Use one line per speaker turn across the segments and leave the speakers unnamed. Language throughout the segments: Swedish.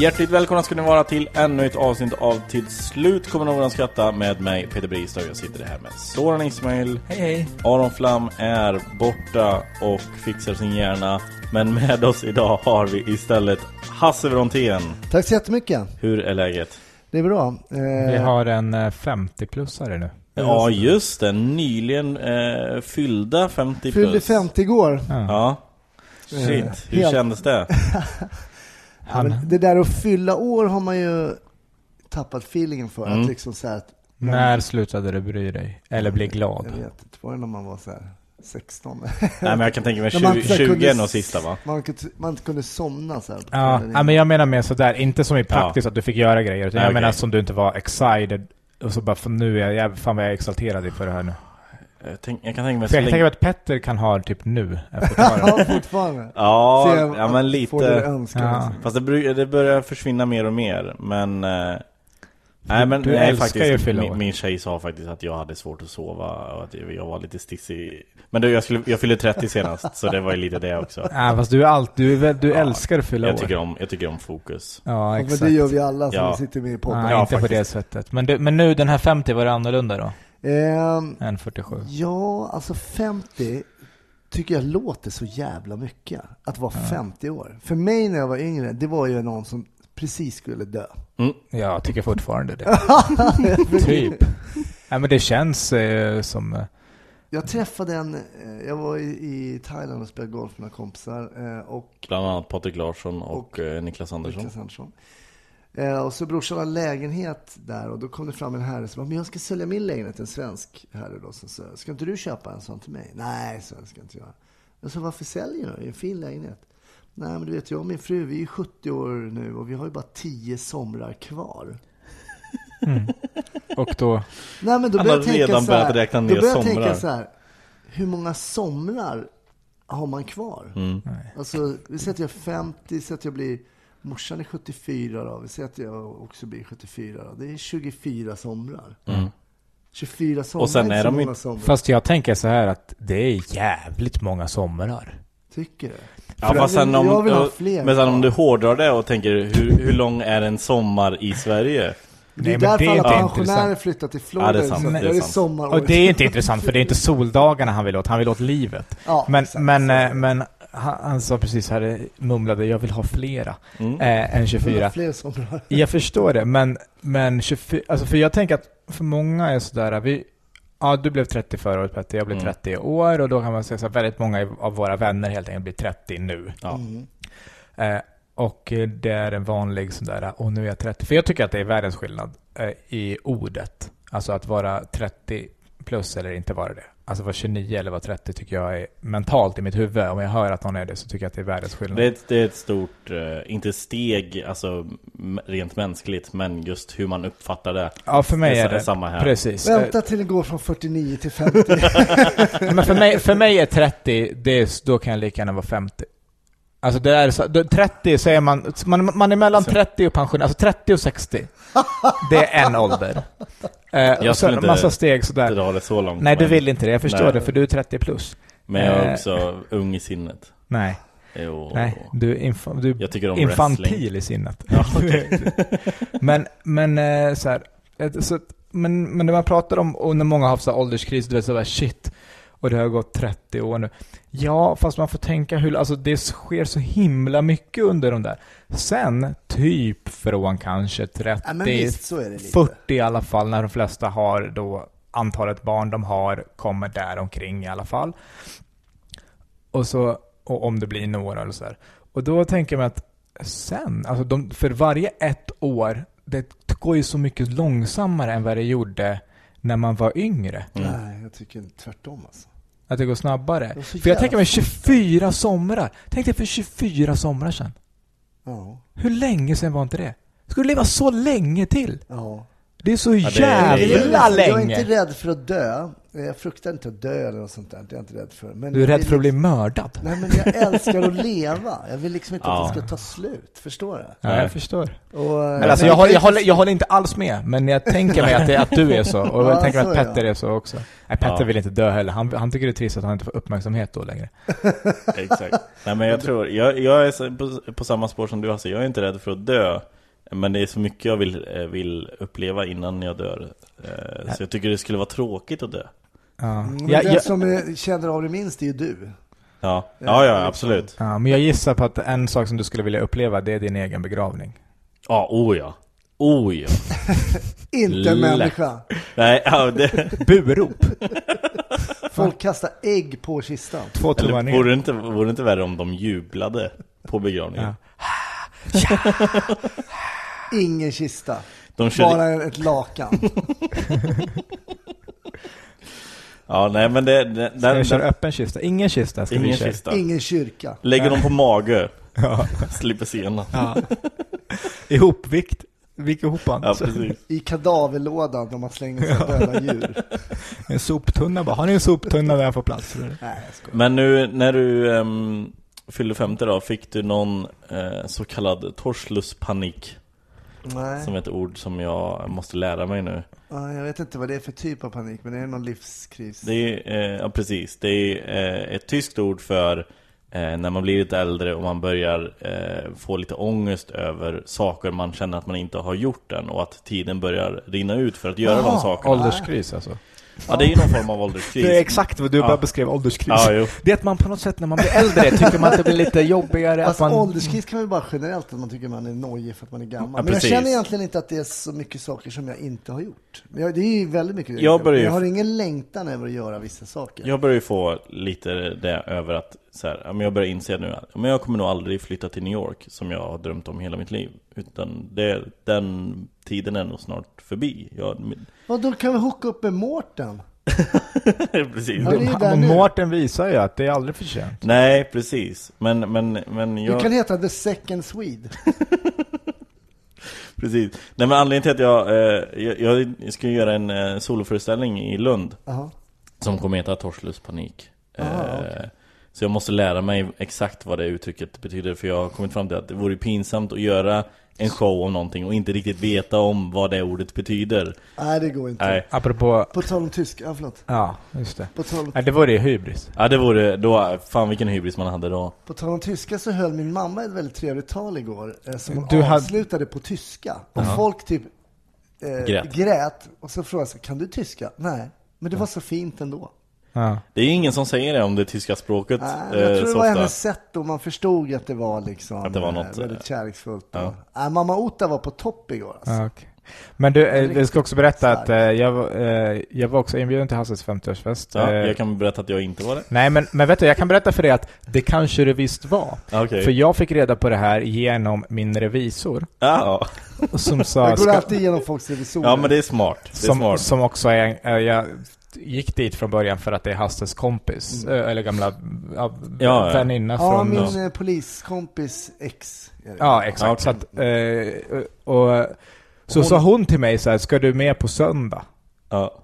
Hjärtligt välkomna ska ni vara till ännu ett avsnitt av Till slut kommer någon att skratta med mig Peter Bristad jag sitter här med Soran Ismail
Hej hej!
Aron Flam är borta och fixar sin hjärna Men med oss idag har vi istället Hasse Brontén
Tack så jättemycket.
Hur är läget?
Det är bra. Eh,
Vi har en eh, 50-plussare nu.
Ja just det, nyligen eh, fyllda 50 plus
fyllde 50 igår.
Ja Shit, hur
helt-
kändes det?
Ja, men det där att fylla år har man ju tappat feelingen för.
Mm.
Att liksom så här, att,
När slutade du bry dig? Eller bli glad?
jag vet inte, var det när man var så här 16?
Nej men jag kan tänka mig
När man
20,
så här
20
kunde-
är nog sista va?
Man, kunde, man inte kunde somna så här. på
Ja,
kvällen.
ja, men jag menar mer sådär, inte som i praktiskt att du fick göra grejer, utan
Nej,
jag
okej.
menar som du inte var excited. Och så bara, för nu är jag, jävlar, fan vad jag är exalterad inför det här nu.
Jag, Eh, tänk, jag kan tänka mig
För jag
så
kan tänka
länge-
mig att Petter kan ha det typ nu, efter ett tag.
ja, fortfarande.
Ja,
Se om-
ja men
Får du
lite
önska
Ja.
liksom.
Fast det, bru- det börjar försvinna mer och mer, men... eh, nej men
du
nej,
älskar ju att
faktiskt,
fylla år.
min, min tjej sa faktiskt att jag hade svårt att sova och att jag var lite stissig Men du, jag, skulle, jag fyllde 30 senast, så det var ju lite det också
Ja, fast du är allt, du, är väl- du
Ja,
älskar att fylla
jag
år.
tycker, om, jag tycker om fokus
Ja,
Ja, men
exakt.
det gör vi alla som
Ja.
sitter med i podden.
Nej,
Ja,
inte på
faktiskt.
det sättet. Men, du, men nu, den här 50, var det annorlunda då?
Ehm,
Än 47?
ja, alltså 50 tycker jag låter så jävla mycket. Att vara 50 år. För mig när jag var yngre, det var ju någon som precis skulle dö.
Ja, jag tycker fortfarande det. typ. Nej, men det känns eh, som... eh,
Jag träffade en, eh, jag var i, i Thailand och spelade golf med några kompisar eh, och
Bland annat Patrik Larsson och,
Och-
eh, Niklas Andersson
Niklas Andersson. Eh, Och så brorsan hade en lägenhet där och då kom det fram en herre som bara, men jag ska sälja min lägenhet, en svensk herre då. Så, så, ska inte du köpa en sån till mig? Nej, så ska jag inte göra. Jag sa, varför säljer du? Det är en fin lägenhet. Nej, men du vet, jag och min fru, vi är ju 70 år nu och vi har ju bara 10 somrar kvar.
Och då...
Nej, men då
Han
började
har
jag tänka
redan
så här,
börjat räkna ner
då började jag
somrar.
tänka så här, hur många somrar har man kvar?
Mm.
Alltså, vi säger att jag är 50, säger att jag blir, morsan är 74 då, vi säger att jag också blir 74 då. Det är 24 somrar. 24 somrar
Mm. Och sen är
är så
de
många
inte-
somrar,
Fast jag tänker så här att det är jävligt många somrar.
tycker du?
Ja,
För
fast
jag vill-
sen om,
jag vill ha
och-
fler.
men sen om du hårdrar det och tänker hur, hur lång är en sommar i Sverige?
Det är
Nej, men
därför alla
inte
pensionärer
intressant.
flyttar till Florida.
det är sant,
så att
det är
där
sant.
sommar
Och det är inte intressant för det är inte soldagarna han vill åt, han vill åt livet.
Ja,
men
exakt.
men, eh, men han, han sa precis här, eh, mumlade, jag vill ha flera
Mm.
eh, än 24.
Fler somrar.
Jag förstår det, men, men 24, alltså för jag tänker att för många är sådär, vi, ja du blev 30 förra året Petter, jag blev
Mm.
30 i år och då kan man säga så här, väldigt många av våra vänner helt enkelt blir 30 nu.
Ja.
Eh, och eh, det är en vanlig sådär, och nu är jag 30. För jag tycker att det är världens skillnad eh, i ordet. Alltså att vara 30 plus eller inte vara det. Alltså vara 29 eller vara 30 tycker jag är mentalt i mitt huvud. Om jag hör att någon är det så tycker jag att det är världens skillnad.
Det är ett, det är ett stort, eh, inte steg alltså, m- rent mänskligt, men just hur man uppfattar det.
ja, för mig
det är
är
sa-
det.
samma här.
Precis. Eh,
Vänta till det går från 49 till 50.
Men för mig, för mig är 30, det är, då kan jag lika gärna vara 50. Alltså det är så, då- 30 så är man, man, man är mellan 30 och pension, alltså 30 och 60. Det är en ålder. Eh,
skulle
jag sen
inte
en massa steg sådär.
Dra det så långt.
Nej, du
men-
vill inte det. Jag förstår
Nej.
det, för du är 30 plus.
Men jag är
Eh.
också ung i sinnet.
Nej.
Jo.
Nej, du är, infa- du
Jag tycker om
är infantil
wrestling.
i sinnet.
Ja, okej.
men, men eh, så här, ett- så att, men, men när man pratar om, och när många har haft så här ålderskris, du vet så här shit, och det har gått 30 år nu. Ja, fast man får tänka hur, alltså det sker så himla mycket under de där. Sen, typ från kanske 30,
Ja, men visst, så är det lite.
40 i alla fall, när de flesta har då antalet barn de har kommer där omkring i alla fall. Och så, och om det blir några eller så här. Och då tänker man att sen, alltså de, för varje ett år, det går ju så mycket långsammare än vad det gjorde när man var yngre.
Mm.
Nej, jag tycker tvärtom alltså.
Att det går snabbare.
Det är så
för jag
jävla
tänker mig
fort,
24 somrar. Tänk dig för 24 somrar sedan.
Ja.
Hur länge sedan var inte det? Ska du leva så länge till?
ja.
Det är så
det är- det är-
jävla
Jag är
länge!
inte rädd för att dö. Jag fruktar inte att dö eller något sånt där. Det är jag inte rädd för. Men
Du är
jag
rädd
vill
för att bli
liksom-
mördad.
Nej, men jag älskar att leva. Jag vill liksom inte
Ja.
att det ska ta slut. Förstår du?
Ja,
Nej.
jag förstår.
Och, eh,
Men alltså, jag, håller, jag, håller, jag håller inte alls med, men jag tänker mig att, det, att du är så. Och jag
Ja,
tänker mig
så
att
är
Petter är så också. Nej, Petter
Ja.
vill inte dö heller. Han, han tycker det är trist att han inte får uppmärksamhet då
Mm,
längre.
Exakt. Nej men jag tror, jag, jag är så- på, på samma spår som du Hasse, jag är inte rädd för att dö Men det är så mycket jag vill, eh, vill uppleva innan jag dör Eh, Så jag tycker det skulle vara tråkigt att dö
Ja.
Men
Jag,
den
jag,
som eh, känner av det minst är ju du.
Ja, ja, ja absolut
ja, men jag gissar på att en sak som du skulle vilja uppleva, det är din egen begravning.
Ja, oh ja Oh ja
Inte
Lätt.
en människa.
Nej, ja, det,
Burop!
Folk kastar ägg på kistan.
Två tummar
eller,
ner.
vore, det inte, vore det inte värre om de jublade på begravningen?
Ja.
Ingen kista.
De körde,
Bara ett lakan.
Ja, nej men det, det,
Ska
där,
vi köra
där,
öppen kista? Ingen kista ska
ingen
vi köra.
kista
Ingen kyrka.
Lägger dem på mage,
Ja.
slipper sena
Ja. Ihopvikt. Vik ihop han.
Ja, precis
I kadaverlådan där man slänger sig döda djur.
En soptunna bara. Har ni en soptunna där jag får plats? För det?
Nej, jag skojar.
Men nu när du um, fyllde 50 då, fick du någon eh, så kallad torsluspanik?
Nej.
Som är ett ord som jag måste lära mig nu
Ja, Jag vet inte vad det är för typ av panik, men det är någon livskris.
Det är, eh, ja precis, det är eh, ett tyskt ord för eh, när man blir lite äldre och man börjar eh, få lite ångest över saker man känner att man inte har gjort än och att tiden börjar rinna ut för att göra de sakerna
Ålderskris alltså.
Ja det är ju någon form av ålderskris
Det är exakt vad du
Ja.
bara beskrev, ålderskris.
Ja, jo.
Det är att man på något sätt när man blir äldre tycker man att det blir lite jobbigare.
Alltså
att man...
ålderskris kan man ju bara generellt att man tycker man är nojig för att man är gammal.
Ja,
men jag
precis.
känner egentligen inte att det är så mycket saker som jag inte har gjort. Men jag, det är ju väldigt mycket.
Jag
inte har gjort.
börjar ju-
jag har ingen längtan över att göra vissa saker.
Jag börjar ju få lite det över att så här, ja, men jag börjar inse nu att ja, men jag kommer nog aldrig flytta till New York som jag har drömt om hela mitt liv. Utan det, den tiden är nog snart förbi. Jag, min-
Och då kan vi hooka upp med Mårten.
precis.
Ja, det är ju där
Och
nu.
Mårten visar ju att det är aldrig för sent.
Nej, precis. Men, men, men
Du
jag...
kan heta The Second Swede.
Precis. Nej, men anledningen till att jag, eh, jag, jag ska göra en eh, soloföreställning i Lund
Jaha.
som kommer heta Torslus panik.
Ah,
eh, Så jag måste lära mig exakt vad det uttrycket betyder för jag har kommit fram till att det vore pinsamt att göra en show om någonting och inte riktigt veta om vad det ordet betyder.
Nej, det går inte.
Nej,
Apropå,
På tal om tysk, ja förlåt.
ja just det.
På tal,
Nej, det var ju hybris.
ja, det vore då, fan vilken hybris man hade då.
på tal om tyska så höll min mamma ett väldigt trevligt tal igår eh, som hon
Du hade-
avslutade på tyska. Och folk typ eh,
Grät.
grät. Och så frågade jag, så, kan du tyska? Nej, men det var så fint ändå.
Ja.
Det är ju ingen som säger det om det tyska språket
Nej,
eh,
jag tror det
så
var
ofta.
hennes sätt och man förstod att det var liksom
Att det var
eh,
något, eh,
väldigt kärleksfullt.
ja.
Ja. mamma Ota var på topp igår alltså.
Ja, okej. Men du, eh, jag ska också berätta
starkt.
att eh, jag, var- eh, jag var också inbjuden till Hasses 50-årsfest.
Ja,
Eh,
jag kan berätta att jag inte var det.
Nej, men, men vet du, jag kan berätta för dig att det kanske det visst var.
Ja, Okej.
För jag fick reda på det här genom min revisor,
Ja,
som sa...
Jag går
"Ska-
alltid igenom folks revisorer.
Ah. ja, men det är smart. Det är
Som,
smart.
som också är, eh, jag gick dit från början för att det är Hasses kompis, eh, eller gamla ja,
Mm. Ja, ja.
väninna
ja,
från...
min eh, poliskompis ex. är det.
Ja, exakt.
Ja, okej.
Så, att, eh, och, så sa hon till mig så här, ska du med på söndag?
Ja.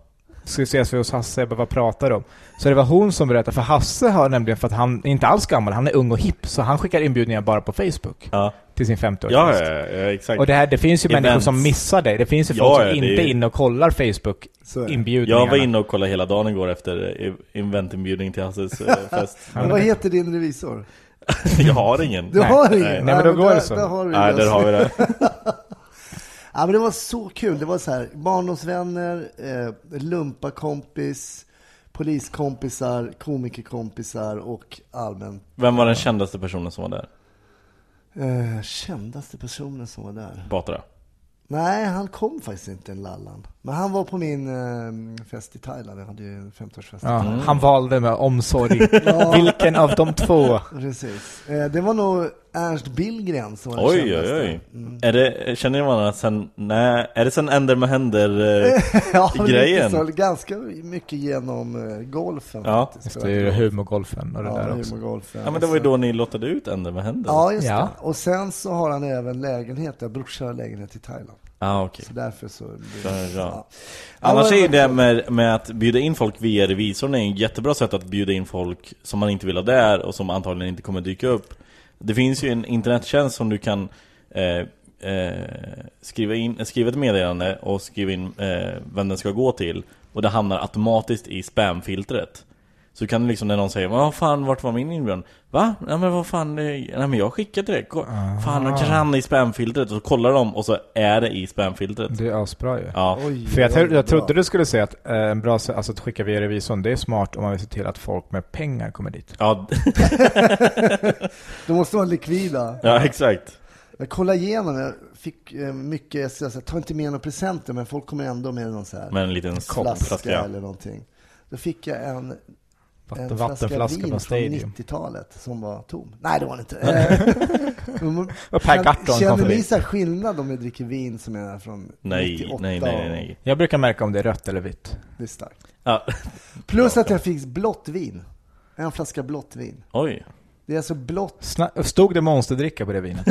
Ska vi ses vi hos Hasse? Jag bara, vad pratar du om? Så det var hon som berättade, för Hasse har nämligen, för att han är inte alls gammal, han är ung och hipp, så han skickar inbjudningar bara på Facebook
Ja.
till sin
Ja,
50-årsfest.
ja, ja, ja, exakt.
Och det, här, det finns ju
Events.
människor som missar dig. Det finns ju
Ja,
folk som
ja, det
inte
är-
är inne och kollar
Så är det.
Facebook-inbjudningarna.
jag var inne och kollade hela dagen igår efter eh, eventinbjudning till Hasses eh, fest.
Men vad heter din revisor?
jag har ingen.
Du har ingen?
Nej, men då går
där,
det så.
Där har du
Nej,
det.
där har vi det.
Ja, men det var så kul. Det var så här, barndomsvänner, eh, lumpakompis, poliskompisar, komikerkompisar och allmänt
Vem var den kändaste personen som var där?
eh, kändaste personen som var där.
Batra?
Nej, han kom faktiskt inte, en Lallan. Men han var på min eh, fest i Thailand. Jag hade ju en 50-årsfest.
Ja, Han valde med omsorg. Vilken av de två?
Precis. Eh, det var nog Ernst Billgren som var den
Oj, oj,
kändaste. Mm.
oj. Är det, känner ni varandra sen, nej, är det sen Änder med händer? Eh,
Ja, men
Grejen.
lite Så, ganska mycket genom eh, golfen
Ja.
faktiskt.
Just det, det är ju humorgolfen och det
Ja,
där också.
humorgolfen.
ja men det var ju då ni lottade ut Änder med händer?
Ja, just
Ja.
det. Och sen så har han även lägenhet, där brorsan har lägenhet i Thailand.
Ah, okej.
Så därför så... blir
Så är
det-
det bra.
Ja.
Annars
Ja,
är ju
men-
det med, med att bjuda in folk via revisorn är ett jättebra sätt att bjuda in folk som man inte vill ha där och som antagligen inte kommer dyka upp. Det finns ju en internettjänst som du kan eh, eh, skriva, in, skriva ett meddelande och skriva in eh, vem den ska gå till och det hamnar automatiskt i spamfiltret. Så kan du liksom när någon säger Vad fan, vart var min inbjudan? Va? Nej men vad fan, eh, nej men jag skickade det Ko- Fan,
Ah.
han kanske hamnade i spamfiltret och så kollar de och så är det i spamfiltret
Det är asbra ju.
Ja,
Oj,
För jag,
oj,
tro- jag
bra.
trodde du skulle säga att eh, en bra sä- alltså att skicka via revisorn, det är smart om man vill se till att folk med pengar kommer dit.
ja
De måste vara likvida.
Ja, exakt.
Jag kollade igenom, jag fick eh, mycket sms. Jag tar inte med några presenter, men folk kommer ändå med någon så här
Med en liten
flaska,
flaska. Ja.
eller någonting. Då fick jag en, en
Vatten,
flaska
vattenflaska
vin
på
från
Stadium.
90-talet som var tom. Nej, det var det inte. Eh, men-
Och Per Gahrton kom
Känner
förbi.
ni så här skillnad om jag dricker vin som är från
Nej,
98?
nej, nej, nej, nej.
Jag brukar märka om det är rött eller vitt.
och- Det är starkt.
Ja.
Plus att jag fick blått vin. En flaska blått vin.
Oj.
Det är alltså blått.
Sna- stod det monsterdricka på det vinet?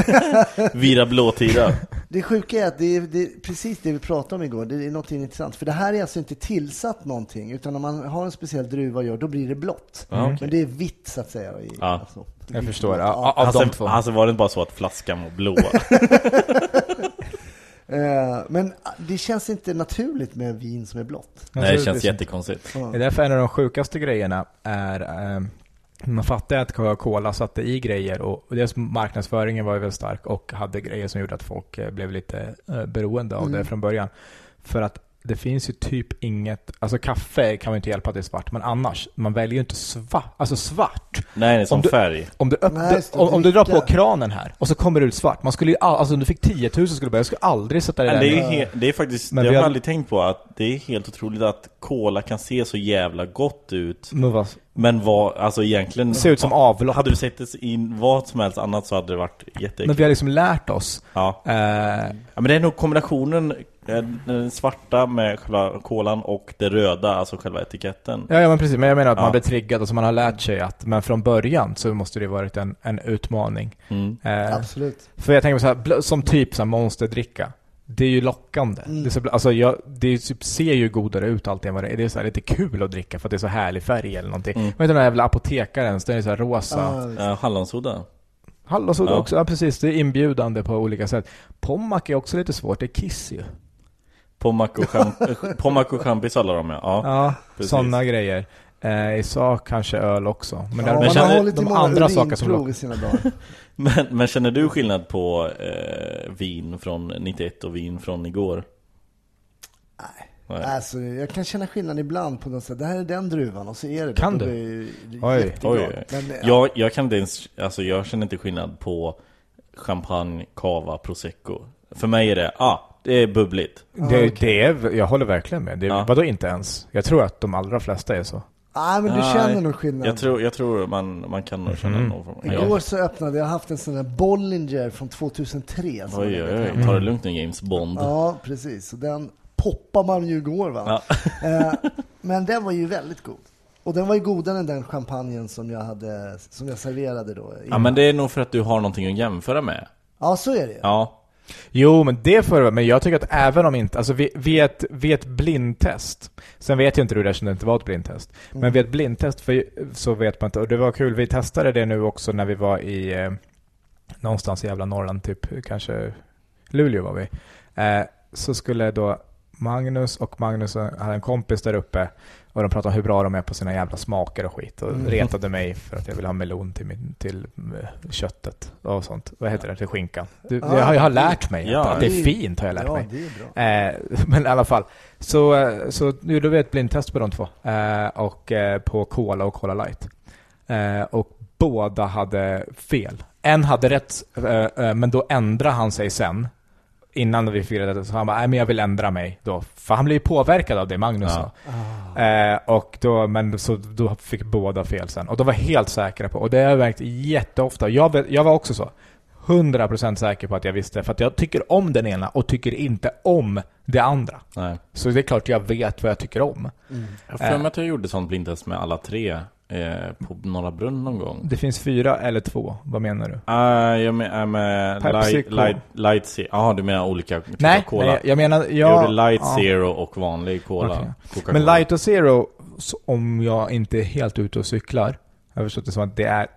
Vira blåtira.
Det sjuka är att det är, det är precis det vi pratade om igår. Det är något intressant. För det här är alltså inte tillsatt någonting. Utan om man har en speciell druva och gör, då blir det blått. Men det är vitt så att säga. I,
Ja.
alltså,
Jag
vitt
förstår.
blått.
Ja, av de
Alltså,
två.
alltså var det inte bara så att flaskan var blå?
Alltså,
Eh, men det känns inte naturligt med vin som är blått.
Nej, det
Naturligtvis
känns
inte.
jättekonstigt.
Det är därför en av de sjukaste grejerna är eh, man fattar att Coca-Cola satte i grejer och och deras marknadsföringen var ju väldigt stark och hade grejer som gjorde att folk eh, blev lite eh, beroende av
Mm.
det från början. För att det finns ju typ inget, alltså kaffe kan man ju inte hjälpa att det är svart, men annars, man väljer ju inte svart, alltså svart.
Nej, det är som
Om du-
färg.
Om du, öppnar,
Nej, just det,
om, om du drar
dricka.
på kranen här och så kommer det ut svart, man skulle ju, all, alltså om du fick 10 000 skulle du bara, jag skulle aldrig sätta det
Men
där
det, är ju
i-
he- det är faktiskt,
Men
det har
vi
man
har-
aldrig tänkt på, att det är helt otroligt att cola kan se så jävla gott ut,
Men vad,
men vad, alltså egentligen...
det ser ut som avlopp.
Hade du sett det i vad som helst annat så hade det varit
Men
jätteäckligt.
vi har liksom lärt oss
Ja.
eh,
ja, men det är nog kombinationen, eh, den svarta med själva kolan och det röda, alltså själva etiketten.
Ja, ja men precis, men jag menar att
Ja.
man blir triggad och så man har lärt sig att, men från början så måste det varit en, en utmaning.
Mm.
Eh,
Absolut.
för jag tänker så här, bl- som typ så här monsterdricka, det är ju lockande.
Mm.
Det, är så, bl- alltså jag, det är, typ- ser ju godare ut alltid än vad det är. Det är så här lite kul att dricka för att det är så härlig färg eller någonting. Mm. Men den här jävla apotekaren, den är så här rosa.
Ja,
Eh, Hallonsoda.
Hallonsoda
Ja.
också, ja precis, det är inbjudande på olika sätt. Pommac är också lite svårt, det är kiss ju.
Pommac och champ- Pommac och champis alla de ja. ja.
Ja,
precis.
sådana grejer. Eh, I sak kanske öl också.
Ja,
Men, där,
man
men
känner-
har
känner,
hållit i
de
många
andra saker som
urinprov
lockar.
i sina dagar.
Men, men känner du skillnad på eh, vin från 91 och vin från igår? Nej.
Alltså, jag kan känna skillnad ibland på något sätt. Det här är den druvan och så är det
Kan
det.
du?
Då blir jag
Oj,
jätteglad.
Oj, oj.
Men, ja.
jag, jag kan inte ens, alltså jag känner inte skillnad på champagne, cava, prosecco. För mig är det, ah, det är bubbligt.
Det, det är, jag håller verkligen med. Det,
Ja.
Vadå inte ens? Jag tror att de allra flesta är så.
Nej, men du
Nej.
känner nog skillnad.
Jag tror, jag tror man, man kan nog känna någon form av...
Igår så öppnade jag, haft en sån där Bollinger från 2003. som
Oj,
jag
oj,
legat hemma.
oj. Ta det lugnt nu James Bond.
Ja, precis. Så den poppar man ju igår va. Eh, men den var ju väldigt god. Och den var ju godare än den champagnen som jag, hade, som jag serverade då.
Ja men det är nog för att du har någonting att jämföra med.
ja, så är det ju.
Ja.
Jo, men det får det vara. Men jag tycker att även om inte, alltså vid, vid, ett, vid ett blindtest, sen vet jag inte hur det är som det inte var ett blindtest, men
Mm.
vid ett blindtest för, så vet man inte. Och det var kul, vi testade det nu också när vi var i eh, någonstans i jävla Norrland, typ kanske Luleå var vi. Eh, så skulle då Magnus och Magnus eh, hade en kompis där uppe och de pratade om hur bra de är på sina jävla smaker och skit och retade mig för att jag ville ha melon till, min, till eh, köttet och sånt. Vad heter det? Till skinkan. Du,
Ja.
jag, har- jag har lärt mig.
Ja.
att Det är fint har jag lärt
ja,
mig.
det är bra.
Eh, men i alla fall. Så, eh, så nu då ett blindtest på de två. Eh, och eh, på Cola och Cola Light. Eh, och båda hade fel. En hade rätt, eh, eh, men då ändrade han sig sen. Innan vi firade det, så han bara, nej men jag vill ändra mig då. För han blev ju påverkad av det Magnus
Ja.
sa. Eh, och då, men så då fick båda fel sen. Och de var helt säkra på, och det har jag märkt jätteofta. Jag, vet- jag var också så. 100% säker på att jag visste, för att jag tycker om den ena och tycker inte om det andra.
Nej.
Så det är klart jag vet vad jag tycker om.
Jag
Eh.
har för mig att jag gjorde sånt blindtest med alla tre eh, på Norra Brunn någon gång.
Det finns fyra eller två, vad menar du?
Ah, jag menar med
Pepsi
light,
Cola.
light, light Zero. Jaha, du menar olika typer
Nej,
av cola?
nej, jag menar...
jag
Jag,
gjorde light
ja.
zero och vanlig cola.
Okej.
Coca-Cola.
Men light och zero, så om jag inte är helt ute och cyklar, jag har förstått det som att det är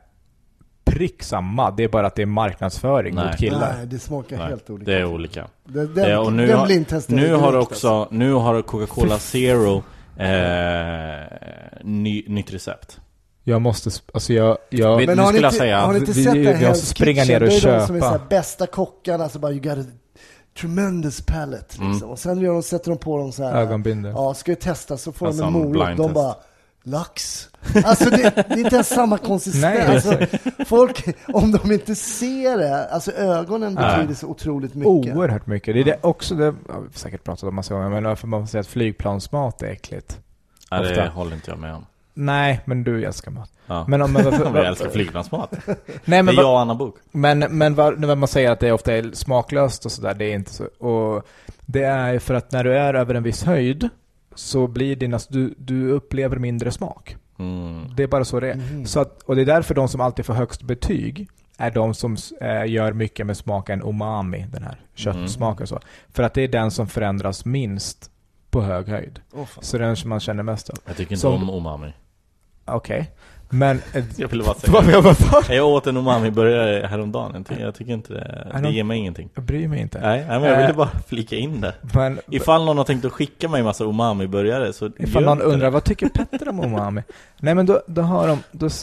prick samma. Det är bara att det är marknadsföring
Nej.
mot killar.
Ah. Nej, det smakar
Nej,
helt olika.
Det är olika.
Den, den,
Eh, och nu
den
har,
blindtestade
nu
direkt,
har
alltså.
också, nu har Coca-Cola Zero eh, ny, nytt recept.
Jag måste... sp- Alltså jag... jag
Vet-
Men
nu
har ni,
skulle
inte,
jag säga,
har ni inte
vi-
sett
vi-
det här
vi måste
Hell's
springa
Kitchen?
ner och
det är de som är
köpa.
så här, bästa kockarna, alltså bara you got a tremendous palate liksom. Och sen gör de, sätter de på dem så här.
Ögonbindel.
Ja, ska ju testa så får
Alltså,
de en morot.
blind
De
test.
bara lax. Alltså det, det är inte ens samma konsistens.
Nej,
alltså, folk, om de inte ser det, alltså ögonen betyder så otroligt mycket.
Oerhört mycket. Det är det också, det har vi säkert pratat om massa gånger, men varför man säger att flygplansmat är äckligt.
Nej, det
Ofta.
håller inte jag med om.
Nej, men du älskar mat.
Ja.
Men om man... Varför,
Jag älskar flygplansmat.
nej,
Det är
men,
jag
va,
och Anna Bok.
men, men vad- när man säger att det ofta är smaklöst och sådär, det är inte så. Och det är ju för att när du är över en viss höjd så blir dina, du, du upplever mindre smak.
Mm.
Det är bara så det är.
Mhm.
Så att, och det är därför de som alltid får högst betyg är de som eh, gör mycket med smaken umami, den
Mm.
här köttsmaken och så. För att det är den som förändras minst på hög höjd. så den som man känner mest av.
Jag tycker inte
Som-
om umami.
Okej. Men... eh,
Jag ville bara säga
Vad
det.
jag var för?
Jag åt en umami-burgare häromdagen. Jag tycker, jag tycker inte det,
I
det
don't-
ger mig ingenting.
Jag bryr mig inte.
Nej, nej men jag ville
Eh.
bara flika in det.
Men
Ifall någon har tänkt att skicka mig massa umami-burgare så
ifall
gör
någon
inte det.
undrar, vad tycker Petter om umami? Nej men då, då har de... Då, så,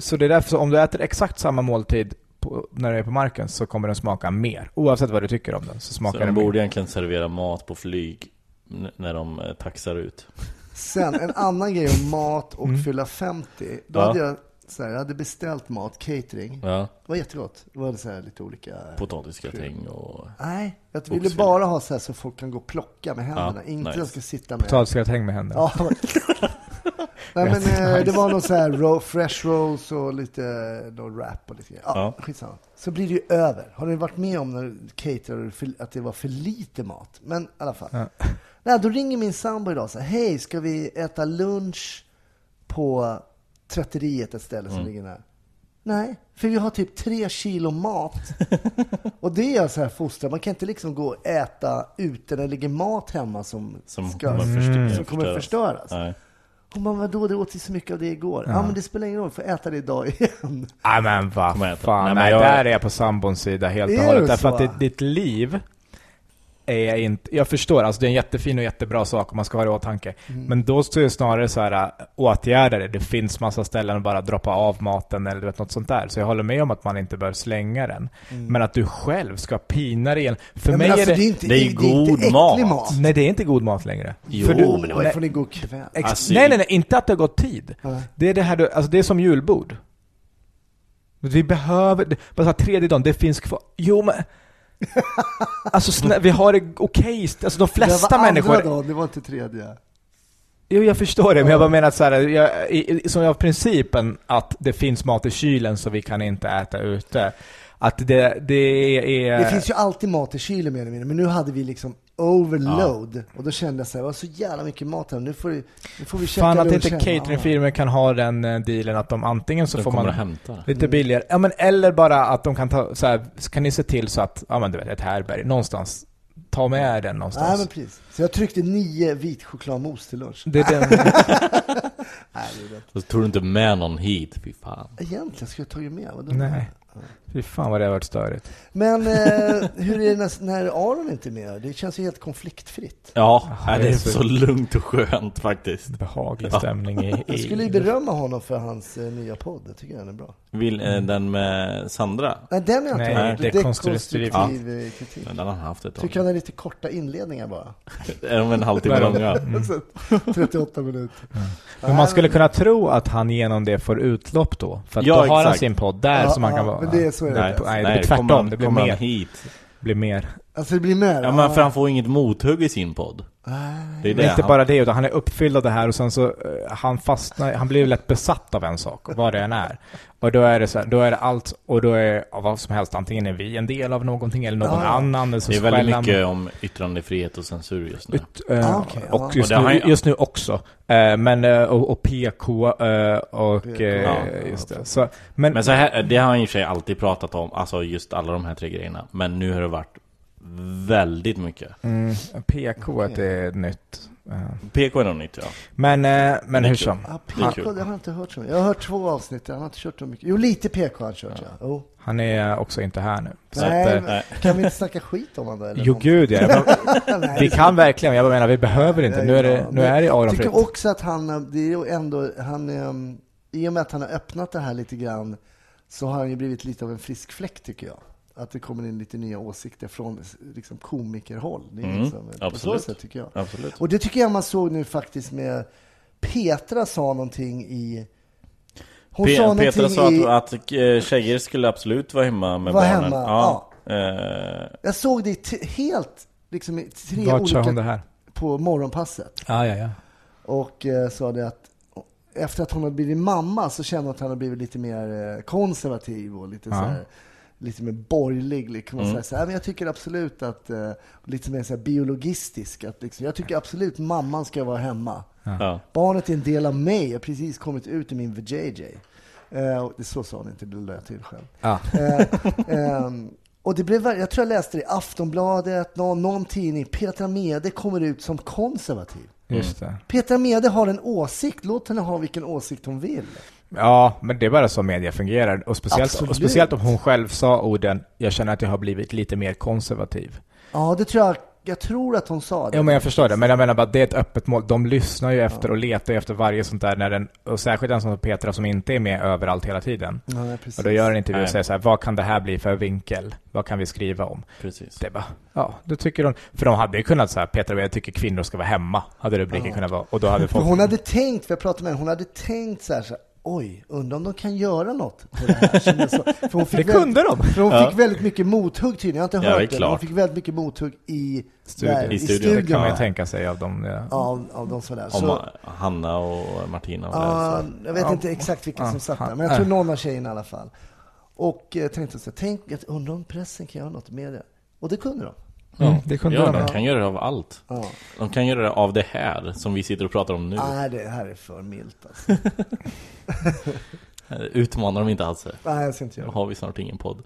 så det är därför, så om du äter exakt samma måltid på, när du är på marken så kommer den smaka mer. Oavsett vad du tycker om den så
Så
smakar
de
den
borde
mer.
egentligen servera mat på flyg n- när de eh, taxar ut.
Sen en annan grej om mat och fylla 50. Då
Ja.
hade jag, så här, jag hade beställt mat, catering.
Ja.
Det var jättegott. Det var så här lite olika...
Potatisgratäng och...
Nej, jag ville
Oxfilé.
bara ha så här så folk kan gå och plocka med händerna.
Ja,
inte
nice.
jag ska sitta med...
Potatisgratäng med händerna.
Ja. Nej men
Nice.
eh, det var någon så här ro, fresh rolls och lite eh, någon wrap och lite grejer. Ja,
Ja.
skitsamma. Så blir det ju över. Har ni varit med om när du caterar för- att det var för lite mat? Men i alla fall. Nej, då ringer min sambo idag och säger hej, ska vi äta lunch på tvätteriet, ett ställe som
Mm.
ligger nära? Nej, för vi har typ tre kilo mat. och det är jag så här fostrad. Man kan inte liksom gå och äta ute när det ligger mat hemma som,
Som
ska,
kommer förstö-
Mm.
som kommer
förstöras.
Alltså,
förstöras.
Nej.
Hon bara, vadå, det åt ju så mycket av det igår. Ja, men det spelar ingen roll, för äta det idag igen.
Nej Ah, men vad
Kommer jag äta.
fan.
Nej,
Nej,
men jag-
Där är jag på sambons sida helt
Är
och
du
hållet. Därför
så?
att det, ditt liv är jag inte... Jag förstår, alltså det är en jättefin och jättebra sak om man ska ha det i åtanke.
Mm.
Men då står det snarare så här äh, åtgärder. det. Det finns massa ställen att bara droppa av maten eller du vet, något sånt där. Så jag håller med om att man inte bör slänga den. Men att du själv ska pina dig igen. För
Mm. Ja, men
mig
alltså,
är det...
inte,
det är god
äcklig
mat.
Nej, det är inte god mat längre.
Jo,
För
Jo, men det var ju
nej,
från igår kväll.
ex-
Alltså,
nej, nej, nej, inte att det har gått tid.
Nej.
Det är det här du, alltså det är som julbord. Vi behöver, det- bara så här, tredje dagen, det finns kvar. Jo men, alltså snä, vi har det okej, alltså de
det var
flesta
andra
människor.
dagen, det var inte tredje.
Jo jag förstår det, men jag bara menar att så här, jag, i- i- som jag har principen att det finns mat i kylen så vi kan inte äta ute. Att det, det är...
Det finns ju alltid mat i kylen mer eller mindre, men nu hade vi liksom overload. Och då kände jag så här, det var så jävla mycket mat här, nu får, vi- nu får vi käka
Fan att
lunch
inte
hemma.
cateringfirmor kan ha den eh, dealen att de antingen så
De
får
kommer
man
och hämtar.
lite
Mm.
billigare, ja men eller bara att de kan ta, så här, kan ni se till så att, ja men du vet ett härbärge någonstans, ta med
Ja. Mm.
er den
Nej,
någonstans.
men precis. Så jag tryckte nio vit chokladmos till lunch.
Det är den,
Nej, det är
Så
det.
tog du inte med någon hit, fy fan.
Egentligen skulle jag tagit med, vad dumt.
nej. Fy fan vad det har varit störigt.
Men eh, hur är det när, när Aron inte är med? Det känns ju helt konfliktfritt.
Ja, nej, det
det
är
är
så lugnt och skönt faktiskt.
Behaglig stämning i...
Jag skulle ju
i-
berömma honom för hans eh, nya podd. Jag tycker den är bra.
Vill,
Mm.
eh, Den med Sandra,
Nej, den är jag
Nej,
inte
det är konstruktiv-
konstruktiv eh, kritik.
den har han haft ett tag.
Tycker han är lite korta inledningar bara.
Även en halvtimme långa.
Mm.
Så 38 minuter.
Men man skulle kunna tro att han genom det får utlopp då. För att
Ja,
då har han
exakt.
sin podd där
Ja,
som han
ja,
kan vara...
men det är så är det.
Nej,
inte.
nej, det blir tvärtom.
kommer han-
det blir
kommer han
mer.
hit.
Blir mer.
Alltså det blir mer.
Ja, men för han får inget mothugg i sin podd. Det är
Men
det.
inte
han-
bara det, utan han är uppfylld av det här och sen så, eh, han fastnar, han blir lätt besatt av en sak, vad det än är. Och då är det så här, då är det allt, och då är ja, vad som helst, antingen är vi en del av någonting eller någon
Ja.
annan. och Så
Det är väldigt
skäller han-
mycket om yttrandefrihet och censur just nu.
Ut, eh,
Ah, okej, ja.
och just,
Och det har
nu,
ju-
just nu också. Eh, men, eh, och, och PK eh, och
PK,
eh,
ja.
just det. Så, men,
Men så här, det har han i och för sig alltid pratat om, alltså just alla de här tre grejerna. Men nu har det varit väldigt mycket.
mm, PK att det är nytt. Eh,
PK är något nytt ja.
Men, eh, men
Det är
hur
kul.
som.
Ja,
Det är
PK,
kul.
det har jag inte hört så mycket. Jag har hört två avsnitt, han har inte kört så mycket. Jo, lite PK har han kört, ja. Jo.
Han är också inte här nu. Så att,
Nej,
eh,
men kan vi inte snacka skit om honom då? Eller
jo
någonting?
gud ja, jag,
Nej,
vi kan verkligen, jag bara menar vi behöver inte. Nu är det, nu är det
Jag
Aron Fritt.
tycker också att han, eh, det är ju ändå, han, ehm, i och med att han har öppnat det här lite grann, så har han ju blivit lite av en frisk fläkt tycker jag. Att det kommer in lite nya åsikter från eh, liksom, komikerhåll. Det är
Mm,
liksom, eh, på så
absolut.
sätt tycker jag.
Absolut.
Och det tycker jag man såg nu faktiskt med Petra sa någonting i... Hon
Pe-
sa någonting
Petra sa att,
i...
att eh, tjejer skulle absolut vara hemma med
Vara
barnen.
hemma,
Eh,
Jag såg det i t- helt, liksom i tre
Vart sa hon det
olika...
här?
På morgonpasset.
Ja, ja, ja.
Och eh, sa det att efter att hon hade blivit mamma så kände hon att han hade blivit lite mer eh, konservativ och lite,
Ja.
så här, lite mer borgerlig. Liksom, och så här, så här, men jag tycker absolut att, eh, lite mer så här biologistisk. Att, liksom, jag tycker absolut mamman ska vara hemma.
ja.
Barnet är en del av mig. Jag har precis kommit ut ur min VJJ. Eh, och det, så sa hon inte, det lade jag till själv.
Ja.
Eh, ehm, och det blev, ver- jag tror jag läste det i Aftonbladet, någon, någon tidning. Petra Mede kommer ut som konservativ.
Just det.
Petra Mede har en åsikt. Låt henne ha vilken åsikt hon vill.
Ja, men det är bara så media fungerar. Och speciellt, och
Absolut.
speciellt om hon själv sa orden ”jag känner att jag har blivit lite mer konservativ”.
Ja, det tror jag. Jag tror att hon sa det.
Ja, men jag förstår det. Men jag menar bara, det är ett öppet mål. De lyssnar ju efter och letar ju efter varje sånt där, när den, och särskilt en som Petra som inte är med överallt hela tiden.
Ja, nej, precis.
Och då gör en intervju och
Nej.
säger så här, vad kan det här bli för vinkel? Vad kan vi skriva om?
precis.
Det är bara, ja, då tycker de... För de hade ju kunnat säga, Petra, jag tycker kvinnor ska vara hemma, hade rubriken kunnat vara. Och då hade
För
folk...
hon hade tänkt, för jag pratade med henne, hon hade tänkt så här, så här oj, undrar om de kan göra något på det här. som jag sa. För hon
Det
fick väldigt,
kunde de!
för hon fick väldigt mycket mothugg tydligen, jag har inte
Ja, det är
hört det, men hon
klart.
fick väldigt mycket mothugg i
Studion.
där-
I studion, det
Det kan man ju
ja.
tänka sig av dem. Ja.
av, av de som var där.
Om
Så,
eh, Hanna och Martina och
ja,
det, så.
jag vet
Ja.
inte exakt vilka
Ja,
som satt
han-
där, men jag tror
äh.
någon av tjejerna i alla fall. Och eh, tänkte så här, tänk, jag undrar om pressen kan göra något med det. Och det kunde de.
Mm, det kunde
Ja,
de.
de kan göra det av allt.
Ja.
De kan göra det av det här som vi sitter och pratar om nu.
Nej, det här är för milt alltså.
Eh, Utmanar de inte alls det.
Nej, jag ska inte
Då
göra det.
har vi snart ingen podd.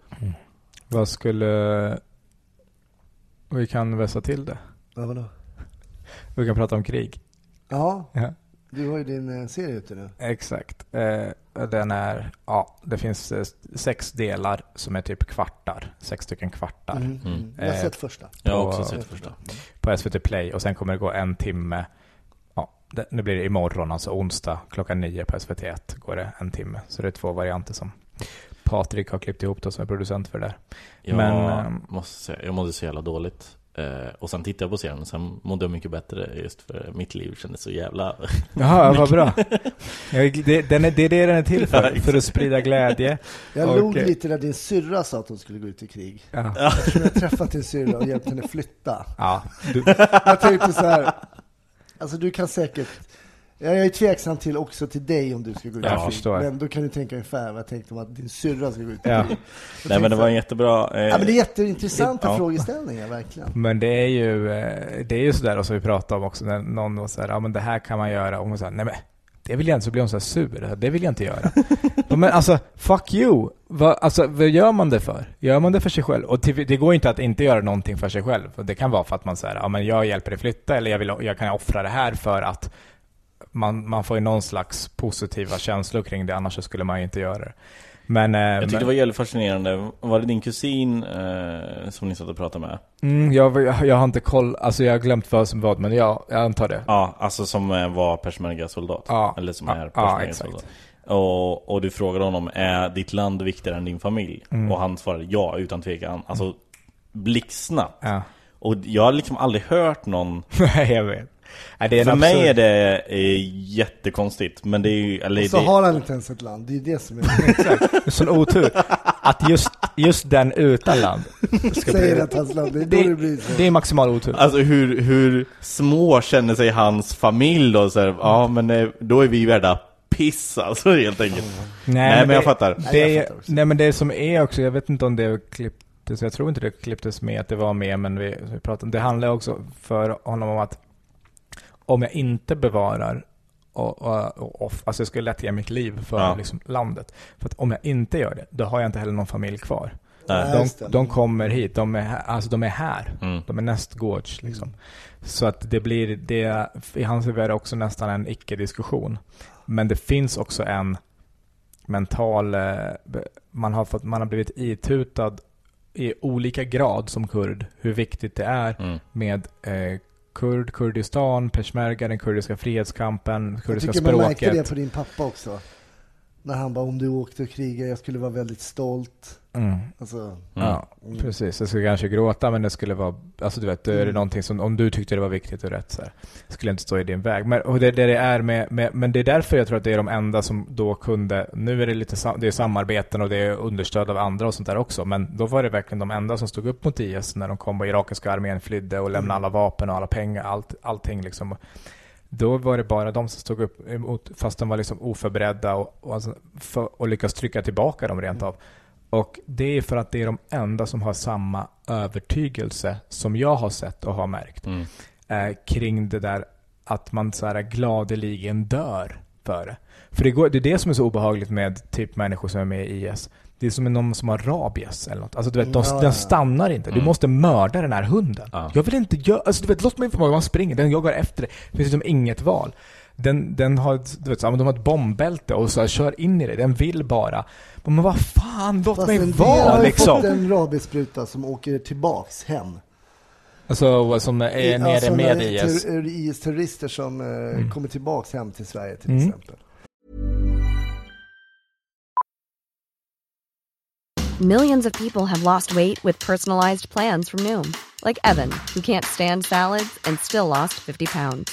Vad skulle... Vi kan vässa till det.
Ja, vadå?
Vi kan prata om krig.
Ja,
Ja.
du har ju din eh, serie ute nu.
Exakt. Eh, den är... Ja, det finns eh, sex delar som är typ kvartar. Sex stycken kvartar.
Mm.
Mm.
Jag har
Eh,
sett första.
Jag har
Och-
också sett första.
på SVT Play och sen kommer det gå en timme. Ja, det, nu blir det imorgon, alltså onsdag klockan nio på SVT1 går det en timme. Så det är två varianter som Patrik har klippt ihop då som är producent för det där.
Jag,
Men, ehm,
måste säga, jag mådde så jävla dåligt. Eh, och sen tittade jag på serien och sen mådde jag mycket bättre just för mitt liv kändes så jävla...
Jaha, vad bra. Det, den är, det är det den är till
Ja,
för,
exakt.
för att sprida glädje.
Jag
Okej.
log lite när din syrra sa att hon skulle gå ut i krig.
Ja,
Eftersom jag träffat din syrra och hjälpt henne flytta.
ja du,
Jag tänkte så här. Alltså du kan säkert... Jag är tveksam till också till dig om du ska gå ut i
Jag
krig.
förstår.
Men då kan du tänka ungefär vad jag tänkte om att din syrra ska gå ut i
Ja.
krig. Jag
Nej men det var
tänkte så
en
här,
jättebra... eh,
Ja, men det är jätteintressanta
Ja.
frågeställningar, verkligen.
Men det är ju, eh, det är ju sådär och som vi pratade om också när någon var såhär, ja men det här kan man göra. Och hon sa, nej men det vill jag inte, så blir hon såhär sur. Alltså, Det vill jag inte göra. Ja, men alltså, fuck you! Vad, alltså, vad gör man det för? Gör man det för sig själv? Och till, det går inte att inte göra någonting för sig själv. Och Det kan vara för att man säger, ja men jag hjälper dig flytta eller jag, vill, jag kan offra det här för att man, man får ju någon slags positiva känslor kring det, annars så skulle man ju inte göra det. Men, eh,
Jag tyckte
men
det var jävligt fascinerande. Var det din kusin eh, som ni satt och pratade med?
mm, jag, jag, jag har inte koll, alltså jag har glömt vad som vad, men ja, jag antar det.
Ja, alltså som eh, var peshmerga-soldat.
Ja.
Eller som
Ja,
är
ja,
peshmerga-soldat. och, och du frågade honom, är ditt land viktigare än din familj?
Mm.
Och han svarade ja, utan tvekan. Alltså blixtsnabbt.
Ja.
Och jag har liksom aldrig hört någon
Nej, jag vet. Nej, det är en
För mig
absurd-
är det eh, jättekonstigt, men det är ju... Eller,
Och så
det,
har han inte ens ett land. Det är ju det som är...
sån otur. Att just, just den utan land.
Säger att hans land... Det är då det blir så.
Det är maximal otur.
Alltså hur, hur små känner sig hans familj då? Så här, ja, men eh, då är vi värda piss alltså helt enkelt. Nej, men, jag
det-
fattar.
Det,
jag fattar också.
nej men det som är också, jag vet inte om det klipptes, jag tror inte det klipptes med att det var med, men vi, vi pratade, det handlar också för honom om att om jag inte bevarar och, och, och off, alltså jag skulle lätt ge mitt liv för
Ja.
liksom, landet. För att om jag inte gör det, då har jag inte heller någon familj kvar.
Nej. Mm.
Ja, just det.
De, de kommer hit, de är här. Alltså de är, här. De är nästgårds. Liksom.
Mm.
Så att det blir, det, i hans huvud är det också nästan en icke-diskussion. Men det finns också en mental, eh, be- man har, fått, man har blivit itutad i olika grad som kurd hur viktigt det är
Mm.
med eh, kurd, Kurdistan, peshmerga, den kurdiska frihetskampen,
Jag
kurdiska
tycker man märkte det
språket.
på din pappa också. När han bara, om du åkte och krigade, jag skulle vara väldigt stolt.
Mm.
Alltså,
Ja, precis. Jag skulle kanske gråta men det skulle vara, alltså du vet, då är det någonting som, om du tyckte det var viktigt och rätt så här, skulle inte stå i din väg. Men, och det, det, det är med, med, men det är därför jag tror att det är de enda som då kunde, nu är det lite sam, det är samarbeten och det är understöd av andra och sånt där också, men då var det verkligen de enda som stod upp mot IS när de kom och irakiska armén flydde och lämnade alla vapen och alla pengar, allt, allting liksom. Då var det bara de som stod upp emot, fast de var liksom oförberedda och, och, alltså, för, och lyckas trycka tillbaka dem rent av. Och det är för att det är de enda som har samma övertygelse som jag har sett och har märkt. Eh, kring det där att man så här gladeligen dör för det. För det, går, det är det som är så obehagligt med typ människor som är med i IS. Det är som någon som har rabies eller något. Alltså du vet, de,
Ja, ja.
den stannar inte. Du måste mörda den här hunden. Jag vill inte göra... Alltså du vet, låt mig förmåga. Man springer, den jagar efter dig. Det finns liksom inget val. Den, den har, ett- du vet, så här, de har ett bombbälte och så här, kör in i dig. Den vill bara. Men vad fan, låt
fast
mig
en del har
vara
ju
liksom.
fått en rabiesspruta som åker tillbaks hem.
Alltså som är nere
Alltså,
med
när
IS.
ter- IS-terrorister som eh, kommer tillbaks hem till Sverige till
Mm.
exempel.
Millions of people have lost weight with personalized plans from Noom, like Evan, who can't stand salads and still lost 50 pounds.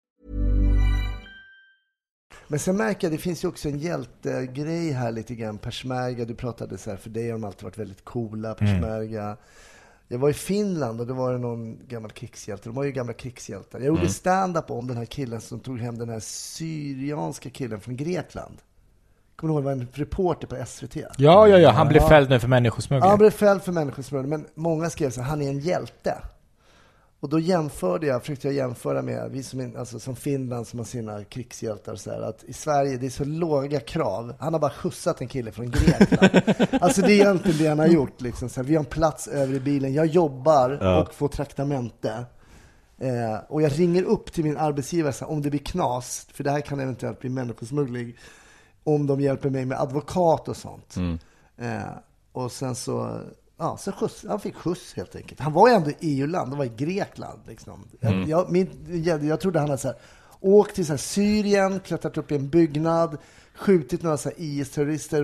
Men sen märker jag, det finns ju också en hjältegrej här lite grann. Peshmerga, du pratade så här, för dig har de alltid varit väldigt
Mm.
coola, peshmerga. Jag var i Finland och då var det någon gammal krigshjälte. De var ju gamla krigshjältar. Jag gjorde
Mm.
stand-up om den här killen som tog hem den här syrianska killen från Grekland. Kommer du ihåg? Det var en reporter på SVT.
Ja, ja, ja. Han blev fälld nu för människosmuggling.
Ja, han blev fälld för människosmuggling, men många skrev så här, han är en hjälte. Och då jämförde jag, försökte jag jämföra med, vi som, in- alltså, som Finland som har sina krigshjältar, så här, att i Sverige det är så låga krav. Han har bara skjutsat en kille från Grekland. alltså det är egentligen det han har gjort. Liksom, så här, vi har en plats över i bilen, jag jobbar och får traktamente. Eh, och jag ringer upp till min arbetsgivare så här, om det blir knas, för det här kan eventuellt bli människosmuggling, om de hjälper mig med advokat och sånt.
Mm.
Eh, och sen så, ja, sen skjuts, han fick skjuts helt enkelt. Han var ju ändå i EU-land, han var i Grekland. Liksom. Jag,
Mm.
jag, min, jag, jag trodde han hade så här, åkt till så här Syrien, klättrat upp i en byggnad, skjutit några så här IS-terrorister,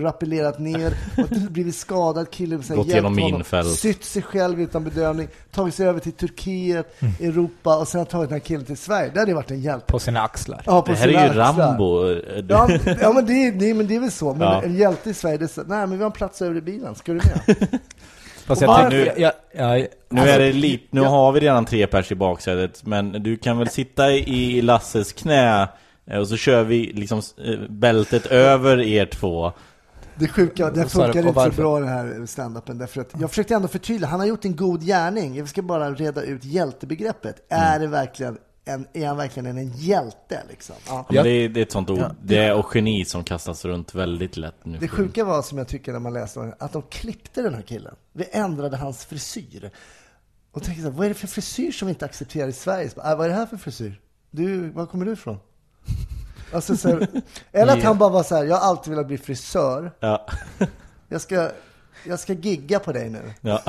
rappellerat ner, och blivit skadad, killen så här,
Gått
hjälpt
igenom
honom,
minfält.
sytt sig själv utan bedövning, tagit sig över till Turkiet,
Mm.
Europa och sen tagit den här killen till Sverige. Det hade ju varit en hjälte.
På sina axlar.
Ja, på
Det här
sina
är ju
axlar.
Rambo.
Ja, ja men, det, är- det, är- men det är väl så. Men
Ja.
en hjälte i Sverige, det är så, nej men vi har en plats över i bilen, ska du med?
Fast
Och
jag,
varför-
tänkte, jag, jag, jag,
Nu, är
Alltså,
det lite, nu har vi redan tre pers i baksätet, men du kan väl sitta i Lasses knä eh, och så kör vi liksom eh, bältet över er två.
Det sjuka, det
Och så är
funkar
det på
inte så
varför.
bra den här standupen. Därför att jag försökte ändå förtydliga, han har gjort en god gärning. Vi ska bara reda ut hjältebegreppet.
Mm.
Är, det verkligen en, är han verkligen en hjälte? Liksom? Ja.
Men Det, är, det är ett sånt ord. Det är och geni som kastas runt väldigt lätt nu.
Mm.
Det sjuka var, som jag tycker när man läste om det, att de klippte den här killen. Vi ändrade hans frisyr. Och tänkte så här, vad är det för frisyr som vi inte accepterar i Sverige? Så bara, "Ah, vad är det här för frisyr? Du, var kommer du ifrån? Alltså, så här, eller att han bara var så här, jag har alltid velat bli frisör.
Ja,
Jag ska, jag ska gigga på dig nu.
ja.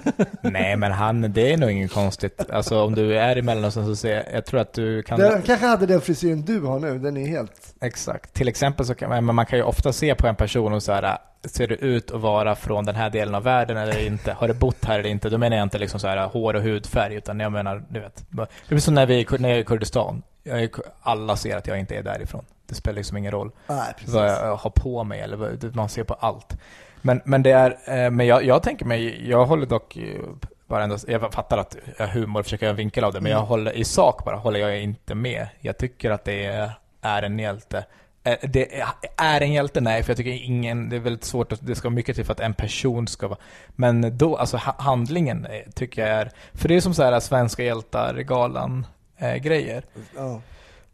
nej men han, det är nog inget konstigt. Alltså om du är i Mellanöstern så ser jag, jag tror att du kan...
Den, kanske hade den frisyren du har nu, den är helt...
Exakt. Till exempel så kan man, men man kan ju ofta se på en person och så här, ser du ut att vara från den här delen av världen eller inte? Har du bott här eller inte? Då menar jag inte liksom så här hår och hudfärg, utan jag menar, du vet. Det är som när vi är i Kur- när jag är i Kurdistan. Jag är, alla ser att jag inte är därifrån. Det spelar liksom ingen roll
Nej, precis.
vad jag har på mig eller vad, det- man ser på allt. Men, men det är, eh, men jag, jag tänker mig, jag håller dock eh, bara ändå, jag fattar att jag har humor och försöker göra en vinkel av det, men jag håller, i sak bara håller jag inte med. Jag tycker att det är, är en hjälte. Eh, Det är- är en hjälte? Nej, för jag tycker ingen, det är väldigt svårt, att, det ska mycket till för att en person ska vara... Men då, alltså ha- handlingen eh, tycker jag är... För det är som så här svenska eh, hjältar-galan-grejer.
Ja.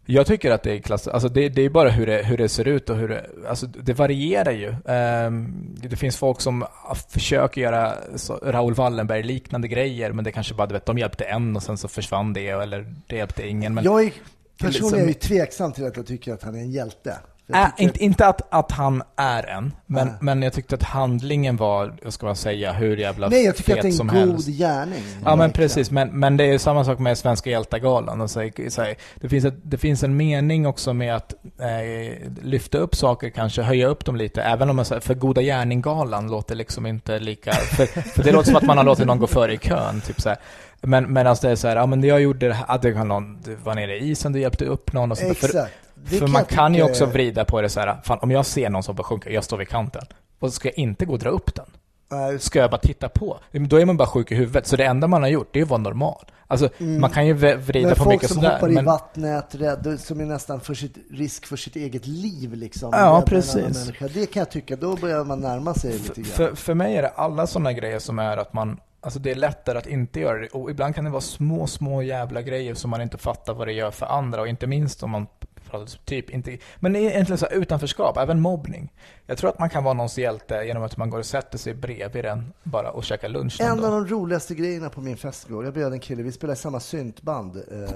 Jag tycker att det är klass, alltså det, det är bara hur det, hur det ser ut och hur det, alltså det varierar ju. Ehm, det finns folk som försöker göra så, Raoul Wallenberg-liknande grejer, men det kanske bara, du vet, de hjälpte en och sen så försvann det, eller det hjälpte ingen. Men
Jag är, personligen är jag ju
Liksom-
tveksam till att jag tycker att han är en hjälte. För jag
Äh,
tycker-
inte, inte att, att han är en, men,
Nej.
men jag tyckte att handlingen var, vad ska man säga, hur jävla
Nej, jag tycker
fet
att det är en
som
god
helst.
gärning.
Ja men
Mm. Verkligen.
precis, men, men det är ju samma sak med Svenska hjältar-galan. Alltså, i- så här, det, finns ett- det finns en mening också med att eh, lyfta upp saker kanske, höja upp dem lite. Även om man säger, för Goda gärning-galan låter liksom inte lika... För, för det låter som att man har låtit någon gå före i kön, typ så här. Men medan det är så här, ja men jag gjorde det här, att det kan någon, du var nere i isen, du hjälpte upp någon och sånt där. För-
Exakt. Det
för
kan
man
jag
kan ju
tycka
också
är-
vrida på det så här, fan om jag ser någon som bara sjunker, jag står vid kanten. Och så ska jag inte gå och dra upp den.
Nej, just-
Ska jag bara titta på? Då är man bara sjuk i huvudet. Så det enda man har gjort, det är att vara normal. Alltså, man kan ju vä- vrida
Mm. Men
på
folk
mycket
som
sådär.
hoppar i
men...
vattnet, rädd, som är nästan för sitt, risk för sitt eget liv liksom.
Ja,
rädd en
precis.
annan människa. Det kan jag tycka, då börjar man närma sig lite grann.
För, för mig är det alla sådana grejer som är att man, alltså det är lättare att inte göra det. Och ibland kan det vara små, små jävla grejer som man inte fattar vad det gör för andra. Och inte minst om man pratar typ inte, men det är egentligen så här utanförskap, även mobbning. Jag tror att man kan vara någons hjälte genom att man går och sätter sig bredvid den bara och käkar lunch någon
En
dag.
av de roligaste grejerna på min fest igår, jag bjöd en kille, vi spelade i samma syntband. Eh,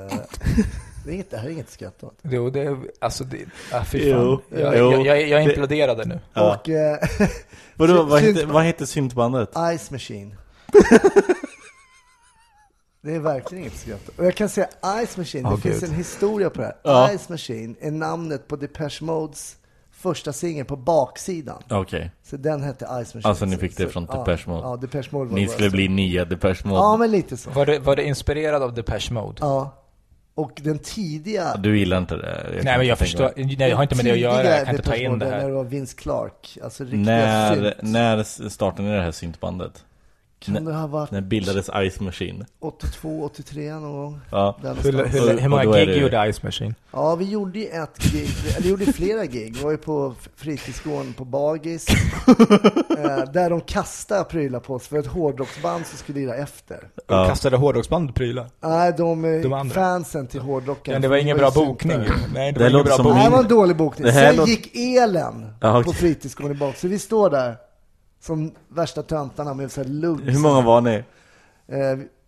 det, är inget, det här är inget att skratta åt.
Jo, det, alltså det, ah, fy
Jo.
fan. Jag,
Jo.
jag, jag, jag
Det-
imploderade nu.
Ja.
Och eh,
Vadå, vad,
Synt-
hette, vad hette syntbandet?
Ice Machine. Det är verkligen inget att skratta åt. Och jag kan säga Ice Machine, det
Åh,
finns
Gud.
en historia på det här. Ice Machine är namnet på Depeche Modes första singel på baksidan.
Okej.
Så den hette Ice Machine.
Alltså, ni fick det
Så-
från
ja,
Depeche Mode.
Ja, Depeche Mode var
Ni
våra
skulle
stora-
bli nya Depeche Mode.
Ja, men lite så.
Var det, var det inspirerad av Depeche Mode?
Ja. Och den tidiga...
Du gillar inte det? kan
Nej men jag
tänka
förstår,
mig.
nej, jag har inte med det att göra,
tidiga
jag kan inte ta
Depeche
in det
Mode, När
här.
det var Vince Clark. Alltså riktiga
När,
synt.
när s- startade ni det här syntbandet?
Kan det ha varit
När bildades Ice Machine?
82, 83 någon gång?
Ja.
Där
Hur,
någonstans.
hur, hur många
Och då är
gig
det-
gjorde Ice Machine?
Ja, vi gjorde ju ett gig, eller vi gjorde flera gig. Vi var ju på fritidsgården på Bagis, eh, där de kastade prylar på oss för ett hårdrocksband som skulle lira efter.
Ja. Kastade hårdrocksband prylar.
Nej, de, eh,
De andra.
fansen till hårdrocken.
Men det var ingen
ju
bra
syntare.
bokning ju. Nej, det,
Det
var ingen
låter
bra
som
bokning.
Nej, det var en
min-
dålig bokning.
Det här
Sen
låter-
gick elen
Ja, okej.
på fritidsgården i Bagis, så vi står där som värsta töntarna med så här lugs.
Hur många var ni?
Eh,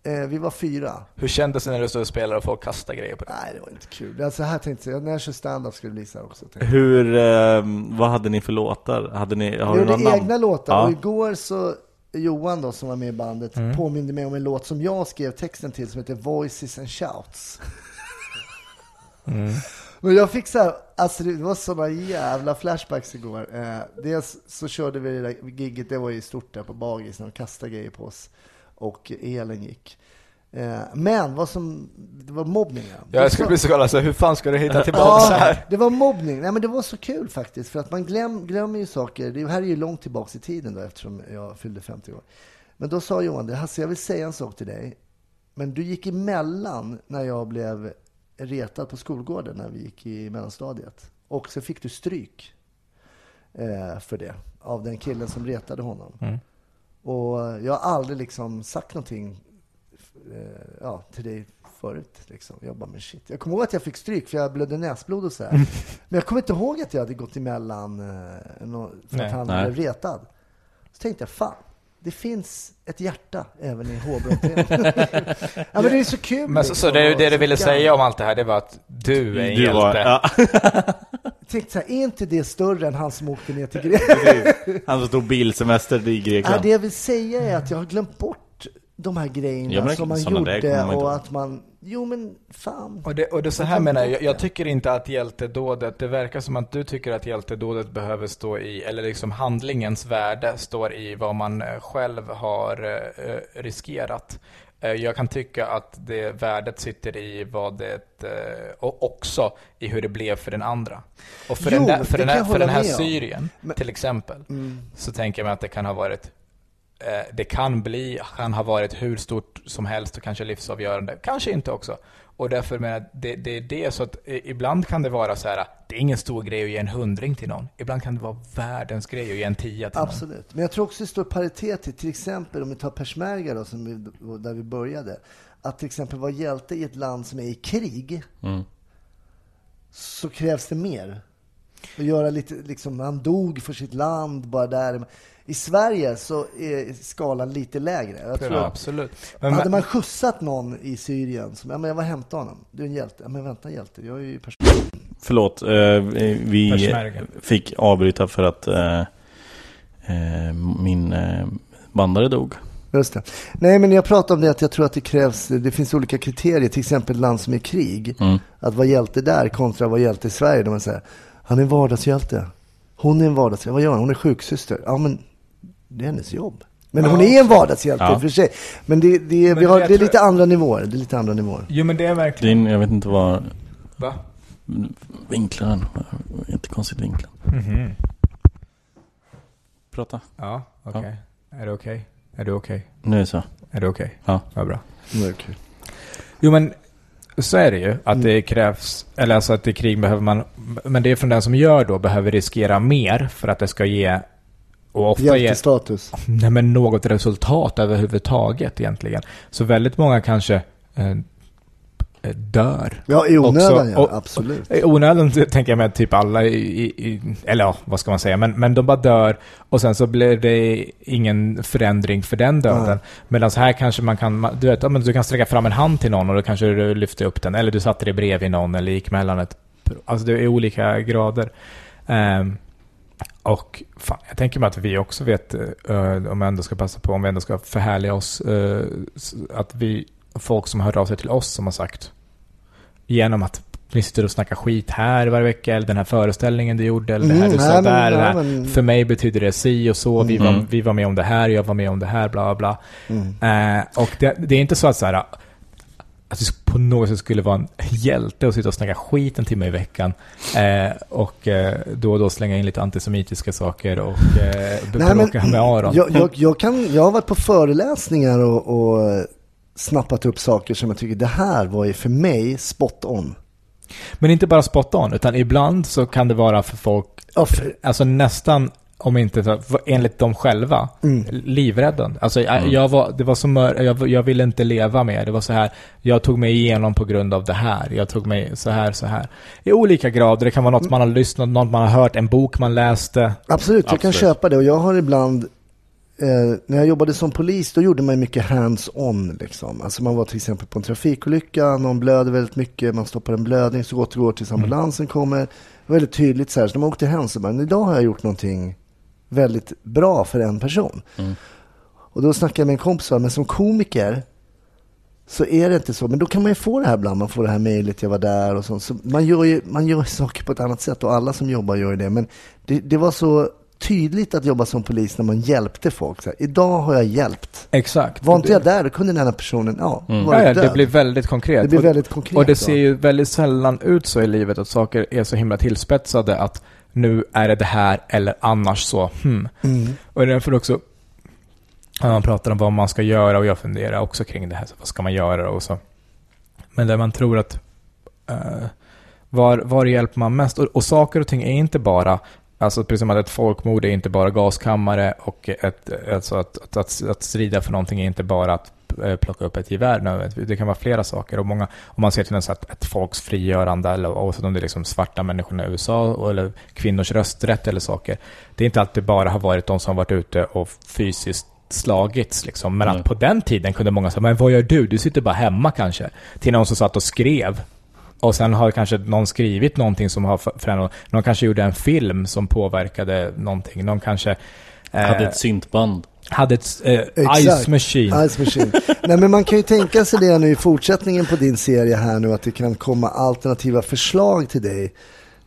Eh, vi var fyra.
Hur kändes det när du stod och spelade och folk kastade grejer på dig?
Nej, det var inte kul. Alltså, här tänkte jag, när jag kör stand-up ska det bli så här också. tänkte jag.
Hur, eh, vad hade ni för låtar? Hade ni, har
Jag
du
gjorde
några namn?
egna låtar
Ja. Mm.
och igår så Johan då som var med i bandet påminde mig om en låt som jag skrev texten till som heter Voices and Shouts.
Mm.
Men jag fick så här, alltså det var sådana jävla flashbacks igår. Eh, dels så körde vi det där gigget, det var ju stort där på Bagis, när de kastade grejer på oss. Och elen gick. Eh, men vad som, det var mobbningen.
Jag skulle bli så glad alltså, hur fan ska du hitta tillbaka så
Ja,
här?
det var mobbning. Nej, men det var så kul faktiskt. För att man glöm, glömmer ju saker. Det här är ju långt tillbaks i tiden då, eftersom jag fyllde 50 år. Men då sa Johan det. Hasse, jag vill säga en sak till dig. Men du gick emellan när jag blev retad på skolgården när vi gick i mellanstadiet. Och så fick du stryk eh, för det. Av den killen som retade honom. Och jag har aldrig liksom sagt någonting eh, ja, till dig förut. Liksom. Jag bara, men shit. Jag kommer ihåg att jag fick stryk för jag blödde näsblod och sådär. men jag kommer inte ihåg att jag hade gått emellan eh, nå- för
Nej.
att han
Nej.
blev retad. Så tänkte jag, fan. Det finns ett hjärta även i hårbrottsföreningen. ja, men det är så kul. liksom.
Men så, så det, det du ville säga om allt det här, det var att du är en hjälte.
var, ja,
Jag tänkte så här, är inte det större än han som åkte ner till Grekland?
han som tog bilsemester i
Ja,
Grekland.
det jag vill säga är att jag har glömt bort de här grejerna
Ja, men
som man
sådana där kommer man
gjorde
inte
och
ihåg.
att man... Jo, men fan.
Och det, och det så här menar jag, jag tycker inte att hjältedådet, det verkar som att du tycker att hjältedådet behöver stå i, eller liksom handlingens värde står i vad man eh, själv har eh, eh, riskerat. Eh, Jag kan tycka att det värdet sitter i vad det, eh, och också i hur det blev för den andra. Och för
Jo,
den, där, för
det
den här,
kan jag
för den
hålla
här
med om.
Syrien, till exempel, så tänker jag mig att det kan ha varit Eh, det kan bli, kan ha varit hur stort som helst och kanske livsavgörande. Kanske inte också. Och därför menar jag, att det, det är det. Så att eh, ibland kan det vara så här, det är ingen stor grej att ge en hundring till någon. Ibland kan det vara världens grej att ge en tia till någon.
Absolut. Men jag tror också det står paritet till, till exempel om vi tar persmärga då, som vi, där vi började. Att till exempel vara hjälte i ett land som är i krig,
Mm.
så krävs det mer. Och göra lite, liksom, han dog för sitt land, bara där. I Sverige så är skalan lite lägre. Jag tror
Ja,
att
absolut. Men,
hade
men,
man skjutsat någon i Syrien som, ja men jag var och hämtade honom. Du är en hjälte. Ja men vänta hjälte, jag är ju person.
Förlåt, eh, vi
Persmärgen.
fick avbryta för att eh, eh, min eh, bandare dog.
Just det. Nej men jag pratar om det att jag tror att det krävs, det finns olika kriterier. Till exempel ett land som är i krig.
Mm.
Att vara hjälte där kontra att vara hjälte i Sverige. Där man säger, han är en vardagshjälte. Hon är en vardagshjälte. Vad gör hon? Hon är sjuksyster. Ja men, det är hennes jobb. Men hon är en vardagshjälte i och för sig. Men det, det, vi
det
har,
jag
det är
tror-
lite andra nivåer. Det är lite andra nivåer.
Jo men det är verkligen...
Din, jag vet inte vad
va?
vinklaren, jättekonstigt vinklar. Prata.
Ja, okej. Är det okej? Är du okej?
Nu är det så.
Är det okej?
Ja.
Vad bra. Jo men så är det ju. Att det krävs, eller alltså att i krig behöver man, men det är från den som gör då, behöver riskera mer för att det ska ge, och ofta ge,
Hjältestatus.
nej men något resultat överhuvudtaget egentligen. Så väldigt många kanske eh, eh, dör.
Ja i onödan
Också-
ja,
och-
absolut.
I Eh, onödan t- tänker jag mig att typ alla i, i, i eller ja, vad ska man säga, men, men de bara dör och sen så blir det ingen förändring för den döden.
Nej.
Medan här kanske man kan, ma- du vet, ja, men du kan sträcka fram en hand till någon och då kanske du lyfter upp den, eller du satte dig bredvid någon eller gick mellan ett, alltså det är olika grader. Ehm, och fan, jag tänker mig att vi också vet, eh, om jag ändå ska passa på, om vi ändå ska förhärliga oss, eh, s- att vi, folk som hör av sig till oss som har sagt, genom att ni sitter och snackar skit här varje vecka, eller den här föreställningen du gjorde, eller det här
Mm,
du sa
nej, men-
där, eller
nej,
det här.
men-
För mig betyder det si och så, vi, var, vi var med om det här, jag var med om det här, bla bla bla. Eh, och det, det är inte så att så här, att det på något sätt skulle vara en hjälte och sitta och snacka skit en timme i veckan. Eh, och eh, då och då slänga in lite antisemitiska saker och eh,
Nej, men-
bråka med Aron.
Jag, jag, jag, kan, jag har varit på föreläsningar och, och eh, snappat upp saker som jag tycker det här var ju för mig spot on.
Men inte bara spot on, utan ibland så kan det vara för folk,
Ja, för-
alltså nästan, om inte så- för- enligt dem själva,
Mm.
livräddande. Alltså jag, jag var, det var som, mör- jag, jag ville inte leva mer. Det var så här, jag tog mig igenom på grund av det här. Jag tog mig så här, så här. I olika grader, det kan vara
Mm.
något man har lyssnat, något man har hört, en bok man läste.
Absolut, jag kan
Absolut.
köpa det och jag har ibland eh, när jag jobbade som polis, då gjorde man mycket hands-on. Liksom. Alltså man var till exempel på en trafikolycka, någon blöder väldigt mycket, man stoppar en blödning, så återgår tills ambulansen kommer. Det var väldigt tydligt så här, så när man åkte hem så bara, "Men idag har jag gjort någonting väldigt bra för en person. Och då snackade jag med en kompis, va, men som komiker så är det inte så. Men då kan man ju få det här ibland. Man får det här mejlet, jag var där och sånt. Så man gör ju man gör saker på ett annat sätt och alla som jobbar gör ju det. Men det, det var så tydligt att jobba som polis när man hjälpte folk. Så här, Idag har jag hjälpt.
Exakt.
Var inte jag där, då kunde den här personen, ja,
Ja,
varit
Mm. ja, det
död.
blir väldigt konkret.
Det blir
Och-
väldigt konkret.
Och det
då.
ser ju väldigt sällan ut så i livet att saker är så himla tillspetsade att nu är det det här eller annars så. Hmm.
Mm.
Och det är därför också när man pratar om vad man ska göra och jag funderar också kring det här. Så vad ska man göra och så. Men där man tror att eh, var, var hjälper man mest? Och, och saker och ting är inte bara Alltså precis som att ett folkmord är inte bara gaskammare och ett, alltså att, att, att, att strida för någonting är inte bara att eh, plocka upp ett gevär. nödvändigtvis. Det kan vara flera saker. Och många, om man ser till en så att ett folks frigörande, eller oavsett om det är liksom svarta människorna i USA och- eller kvinnors rösträtt eller saker. Det är inte alltid bara har varit de som varit ute och fysiskt slagits liksom. Men att på den tiden kunde många säga, men vad gör du? Du sitter bara hemma kanske. Till någon som satt och skrev och sen har kanske någon skrivit någonting som har för- förändrat. Någon kanske gjorde en film som påverkade någonting. Någon kanske eh,
Hade ett syntband.
hade ett eh,
Exakt.
Ice Machine.
Ice Machine. Nej, men man kan ju tänka sig det nu i fortsättningen på din serie här nu, att det kan komma alternativa förslag till dig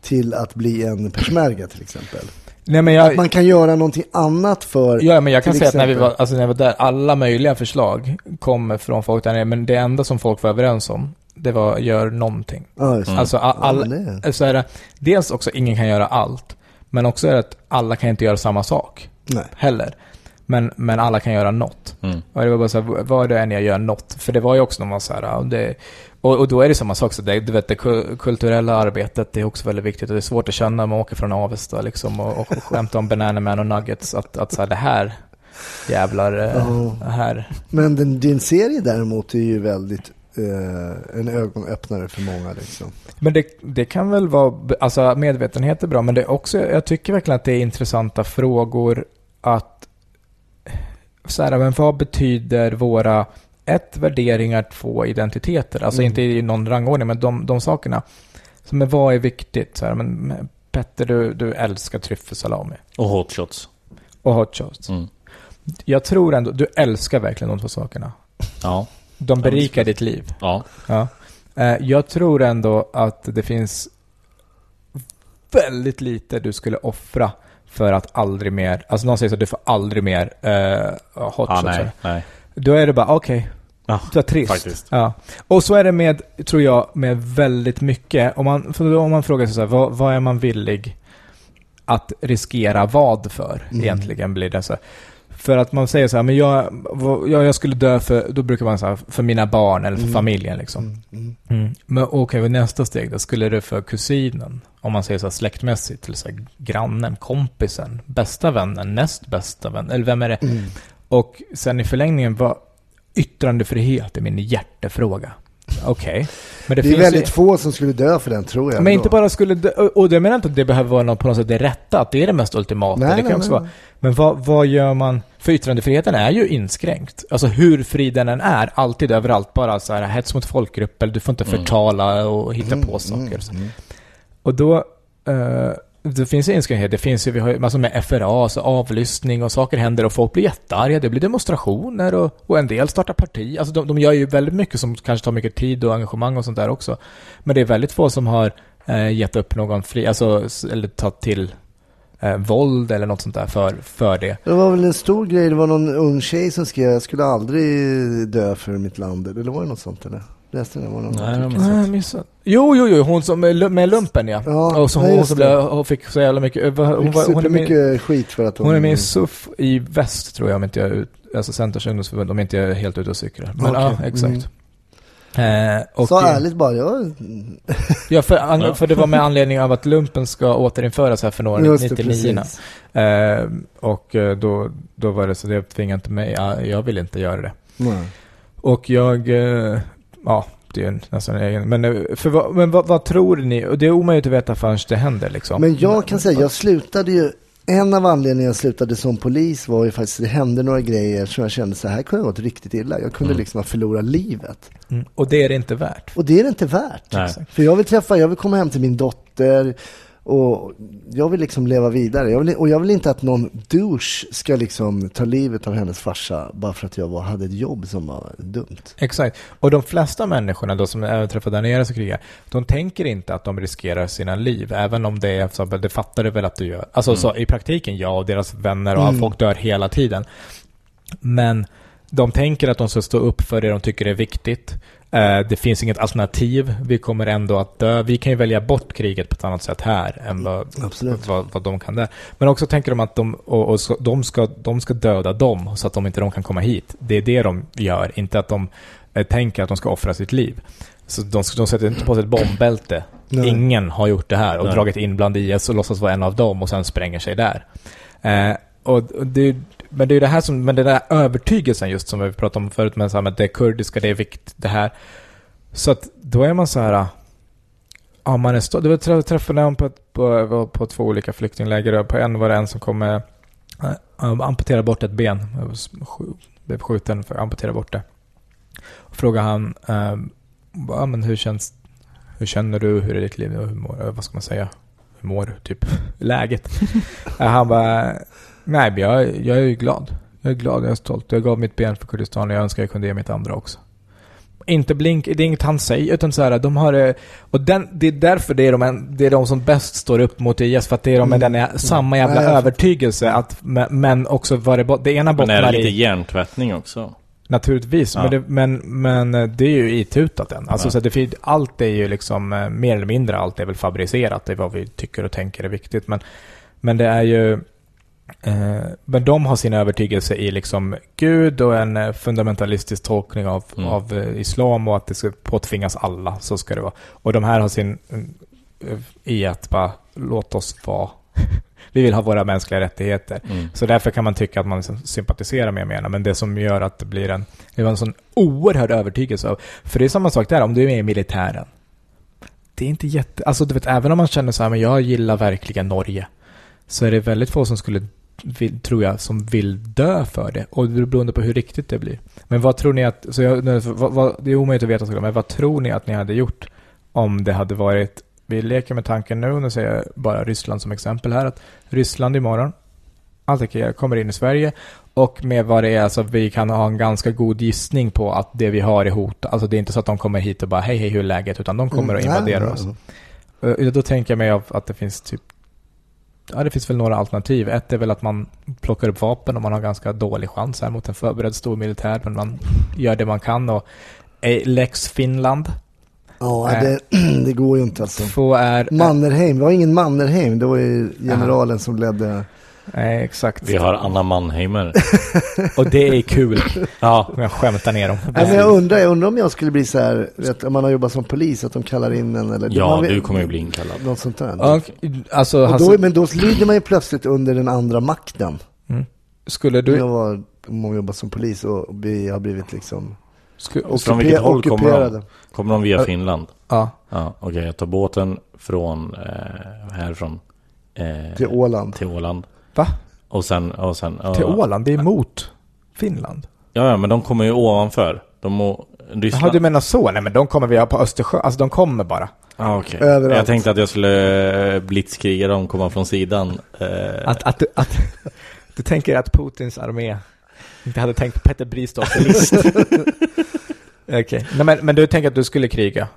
till att bli en persmärga till exempel.
Nej, men jag,
Man kan göra någonting annat för...
ja, men jag kan
till
säga att när, vi var,
exempel-
alltså när jag var där, alla möjliga förslag kom från folk där nere. Men det enda som folk var överens om, det var gör någonting.
Ja, just det.
Alltså, a-
Ja,
all,
men
så är det, dels också ingen kan göra allt. Men också är det att alla kan inte göra samma sak.
Nej.
heller. Men, men alla kan göra något. Och det var bara så här, vad det än jag gör något. För det var ju också när man så här, ja, det, och, och då är det samma sak, så det, du vet, det ku- kulturella arbetet det är också väldigt viktigt. Och det är svårt att känna när man åker från Avesta liksom, och, och skämtar om Banana Man och Nuggets, att, att så här, det här jävlar, eh, det här.
Men den, din serie däremot är ju väldigt eh, en ögonöppnare för många. Liksom.
Men det, det kan väl vara, alltså medvetenhet är bra, men det är också, jag tycker verkligen att det är intressanta frågor att, så här, men vad betyder våra, ett, värderingar, två, identiteter? Alltså inte i någon rangordning, men de, de sakerna. Så, men vad är viktigt? Så här, men Petter, du, du älskar tryffelsalami
Och hotshots.
och hot shots.
Mm.
Jag tror ändå, du älskar verkligen de två sakerna.
Ja.
De berikar ditt liv.
Ja.
Ja. Eh, Jag tror ändå att det finns väldigt lite du skulle offra för att aldrig mer, alltså någon säger så du får aldrig mer uh, hot
Ah,
shots.
nej. Nej.
Då är det bara, okej,
Ja.
så trist.
Faktiskt.
Ja. Och så är det med, tror jag, med väldigt mycket. Om man, för om man frågar sig så här, vad, vad är man villig att riskera vad för?
Mm.
Egentligen blir det så. här. För att man säger så här, men jag, vad- jag, jag skulle dö för, då brukar man säga för mina barn eller för familjen liksom. Mm. Men okej, vad är nästa steg då? Skulle det för kusinen? Om man säger så här släktmässigt, till så här, grannen, kompisen, bästa vännen, näst bästa vännen, eller vem är det?
Mm.
Och sen i förlängningen, vad, yttrandefrihet är min hjärtefråga. Okej. Men det,
Det, är
finns
väldigt
ju...
få som skulle dö för den tror jag.
Men
ändå.
inte bara skulle, dö- och och jag menar inte att det behöver vara något på något sätt det rätta, att det är det mest ultimata.
Nej,
det kan
nej,
också
nej,
vara. Men vad, vad gör man? För yttrandefriheten är ju inskränkt. Alltså hur fri den än är, alltid överallt bara så här hets mot folkgrupp, eller du får inte förtala och hitta
Mm.
på saker. så. Och då, eh, det finns ju inskränkningar. Det finns ju, vi har ju massor med FRA, alltså avlyssning och saker händer och folk blir jättearga. Det blir demonstrationer och, och en del startar parti. Alltså de, de gör ju väldigt mycket som kanske tar mycket tid och engagemang och sånt där också. Men det är väldigt få som har eh, gett upp någon fri, alltså s- eller tagit till eh, våld eller något sånt där för, för det.
Det var väl en stor grej, det var någon ung tjej som skrev jag skulle aldrig dö för mitt land. Eller var det något sånt eller? Läste ni det? Var någon
Nej, de har
Nej, jag
missat.
har missat. Jo, jo, jo, hon som med lu- med lumpen ja.
Ja,
och så
ja,
hon, hon,
just
som
det.
blev, hon fick så jävla mycket, eh, vad- hon,
Fick
var- hon är med,
supermycket skit för att hon...
Hon är med i SUF i väst tror jag, om inte jag är ut, alltså Centerns ungdomsförbund, om inte jag är helt ute och cyklar. Men
Okej.
ja, exakt. Eh, och,
Sa
eh,
ärligt bara, jag...
Ja, för, an, för det var med anledning av att lumpen ska återinföras här för några
Just det,
99
precis.
eh, Och eh, då, då var det så, det tvingade inte mig, ja, jag vill inte göra det.
Nej.
Och jag, eh, ja, det är ju nästan en egen, men, eh, för, vad- men vad, vad tror ni? Och det är omöjligt att veta förrän det händer liksom.
Men jag kan säga, jag slutade ju en av anledningarna jag slutade som polis var ju faktiskt, det hände några grejer som jag kände så här, här kunde jag gått riktigt illa. Jag kunde liksom ha förlorat livet.
Mm. Och det är det inte värt.
Och det är det inte värt.
Nej.
För jag vill träffa, jag vill komma hem till min dotter och jag vill liksom leva vidare. Jag vill, och jag vill inte att någon douche ska liksom ta livet av hennes farsa bara för att jag var, hade ett jobb som var dumt.
Exakt. Och de flesta människorna då som jag träffar där nere som krigar, de tänker inte att de riskerar sina liv, även om det är, så, det fattar du väl att du gör. Alltså så, i praktiken, ja, och deras vänner och folk dör hela tiden. Men de tänker att de ska stå upp för det de tycker är viktigt. Eh, Det finns inget alternativ. Vi kommer ändå att dö. Vi kan ju välja bort kriget på ett annat sätt här än vad,
Absolut.
vad, vad de kan där. Men också tänker de att de, och, och så, de, ska, de ska döda dem så att de inte de kan komma hit. Det är det de gör, inte att de eh, tänker att de ska offra sitt liv. Så de, de sätter inte på sig ett bombbälte.
Nej.
Ingen har gjort det här och dragit in bland IS och låtsas vara en av dem och sen spränger sig där. Eh, och och det, men det är ju det här som, men den där övertygelsen just som vi pratade om förut med, så här med det kurdiska, det är viktigt, det här. Så att då är man så här, ah, ja man är stolt. Det var trä- träffade jag på, ett- på, var på två olika flyktingläger och på en var det en som kom med, eh, amputera bort ett ben, Jag var s- sju- blev skjuten för att amputera bort det. Och frågade han, eh, ja men hur känns, hur känner du, hur är ditt liv nu, hur mår, eh, vad ska man säga, hur mår du, typ, läget. Eh, han bara, nej men jag, jag är ju glad. Jag är glad, jag är stolt. Jag gav mitt ben för Kurdistan och jag önskar jag kunde ge mitt andra också. Inte blink, det är inget han säger, utan så här, de har eh, Och den, det är därför det är, de, en- det är de som bäst står upp mot IS, för att det är de med
Mm.
den ä- samma jävla
Nej, jag
övertygelse, att, men- men också vad det, bo- det ena
Men är det
bottnar
lite
i...
hjärntvättning också?
Naturligtvis,
Ja.
men, det, men, men eh, det är ju itutat än. Alltså,
Ja.
så att det, fin- allt är ju liksom, eh, mer eller mindre allt är väl fabricerat, det är vad vi tycker och tänker är viktigt. Men, men det är ju, eh, men de har sin övertygelse i liksom Gud och en eh, fundamentalistisk tolkning av,
Mm.
av eh, Islam och att det ska påtvingas alla, så ska det vara. Och de här har sin, eh, i att bara, låt oss vara. vi vill ha våra mänskliga rättigheter.
Mm.
Så därför kan man tycka att man liksom sympatiserar med arméerna, men det som gör att det blir en, det var en sån oerhörd övertygelse av, för det är samma sak där, om du är med i militären. Det är inte jätte, alltså du vet, även om man känner så här, men jag gillar verkligen Norge, så är det väldigt få som skulle, vill, tror jag, som vill dö för det, och det beroende på hur riktigt det blir. Men vad tror ni att, så jag, nej, för vad, vad, det är omöjligt att veta såklart, men vad tror ni att ni hade gjort om det hade varit, vi leker med tanken nu, nu säger jag bara Ryssland som exempel här, att Ryssland imorgon, attackerar, kommer in i Sverige och med vad det är, alltså vi kan ha en ganska god gissning på att det vi har är hot. Alltså det är inte så att de kommer hit och bara hej hej hur är läget, utan de kommer och
Mm,
invaderar
nej,
oss.
nej,
Eh, Då tänker jag mig av att det finns typ Ja, det finns väl några alternativ. Ett är väl att man plockar upp vapen och man har ganska dålig chans här mot en förberedd stor militär, men man gör det man kan och eh, Lex Finland.
Ja,
Nej.
det, det går ju inte alltså.
Två är...
Mannerheim, det var ingen Mannerheim, det var ju generalen som ledde.
Nej, exakt.
Vi har Anna Mannheimer.
Och det är kul.
ja.
Jag skämtar ner dem.
Nej, men
Alltså,
jag, undrar, jag undrar om jag skulle bli så här, vet, om man har jobbat som polis, att de kallar in en eller...
ja,
man vet-
du kommer ju bli inkallad.
Något sånt där.
Och, alltså,
och
Hasse-
då, men då lyder man ju plötsligt under den andra makten.
Skulle
Du... Jag
du...
var, om man jobbar som polis och vi har blivit liksom
Sku,
Och från vilket håll kommer de?
ockuperade.
Kommer de via Finland?
ja.
Ja, okej. jag tar båten från eh, härifrån. Eh,
till Åland.
till Åland.
Va?
Och sen... Och sen ja.
Till Åland? Det är emot Finland?
Ja, ja, men de kommer ju ovanför. De må, Ryssland.
Jaha, du menar så? Nej, men de kommer vi ha på Östersjön. Alltså, de kommer bara.
ah, okej.
Överallt.
Jag tänkte att jag skulle eh, blitzkriga dem, komma från sidan. Eh,
Att, att, du- att, du tänker att Putins armé inte hade tänkt på Petter Bristorff är list. Okej. Nej, men, men du tänker att du skulle kriga?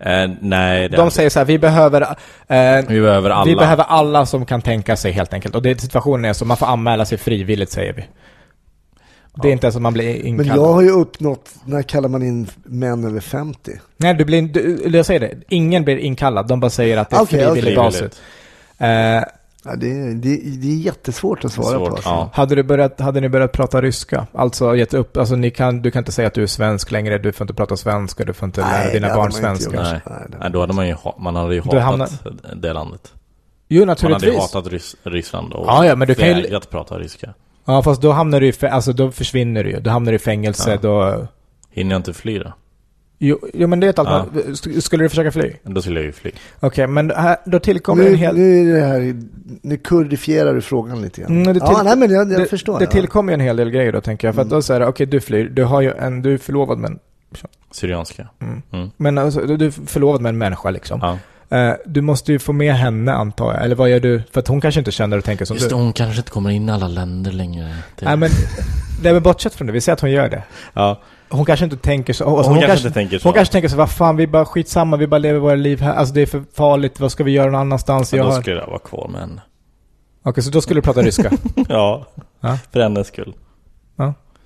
eh, nej, det
De säger så här, vi behöver... Eh,
vi behöver alla.
Vi behöver alla som kan tänka sig helt enkelt. Och det, situationen är så, man får anmäla sig frivilligt säger vi. Det är inte så att man blir
Men
inkallad.
jag har ju uppnått, när kallar man in män över 50?
Nej, du blir, du, eller jag säger det. Ingen blir inkallad. De bara säger att det är
Okej,
frivillig
okej.
basis. Eh,
Ja, det, är, det, är- det är jättesvårt att svara
Svårt,
på. Alltså.
ja.
hade, du börjat, hade ni börjat prata ryska? Alltså gett upp? Alltså, ni kan, du kan inte säga att du är svensk längre. Du får inte prata svenska. Du får inte lära
Nej, det
dina
hade
barn
man inte
svenska.
gjort.
Nej.
Nej, det-
Nej, då hade man ju, ha- man hade ju
Du
hatat
hamnar-
det landet.
Jo,
Man hade ju
naturligtvis.
hatat Rys- Ryssland och
Ja, ja, men du kan ju-
vägrat prata ryska.
Ja, fast då hamnar du i, fä- alltså då försvinner du ju. Då hamnar du i fängelse.
Ja.
Då,
Hinner jag inte fly då?
jo, jo, men det är ett alternativ. Sk- Skulle du försöka fly?
Då skulle jag ju fly.
Okej, men här, då tillkommer en
Nu,
hel...
nu är det här nu kurdifierar du frågan lite grann.
Mm, det
ja,
till-
nej, men jag, jag
det,
förstår.
Det
ja. Mm.
tillkommer ju en hel del grejer då tänker jag. För att då så här, okej du flyr, du, har ju en, du är förlovad med en,
Syrianska.
men alltså, du du är förlovad med en människa liksom.
Ja.
Eh, du måste ju få med henne antar jag, eller vad gör du? För att hon kanske inte känner och tänker som
Just
du.
det, hon kanske inte kommer in i alla länder längre. Det-
Nej men, nej men bortsett från det, vi säger att hon gör det.
ja.
Hon kanske inte tänker så.
hon,
Alltså,
kanske inte tänker så.
Hon kanske tänker så, vad fan, vi bara skitsamma, vi bara lever våra liv här. Alltså det är för farligt, vad ska vi göra någon annanstans?
Men
Jag
då
har... Okej,
skulle jag vara kvar med henne.
så då skulle du prata ryska.
Ja,
Ja.
för hennes skull.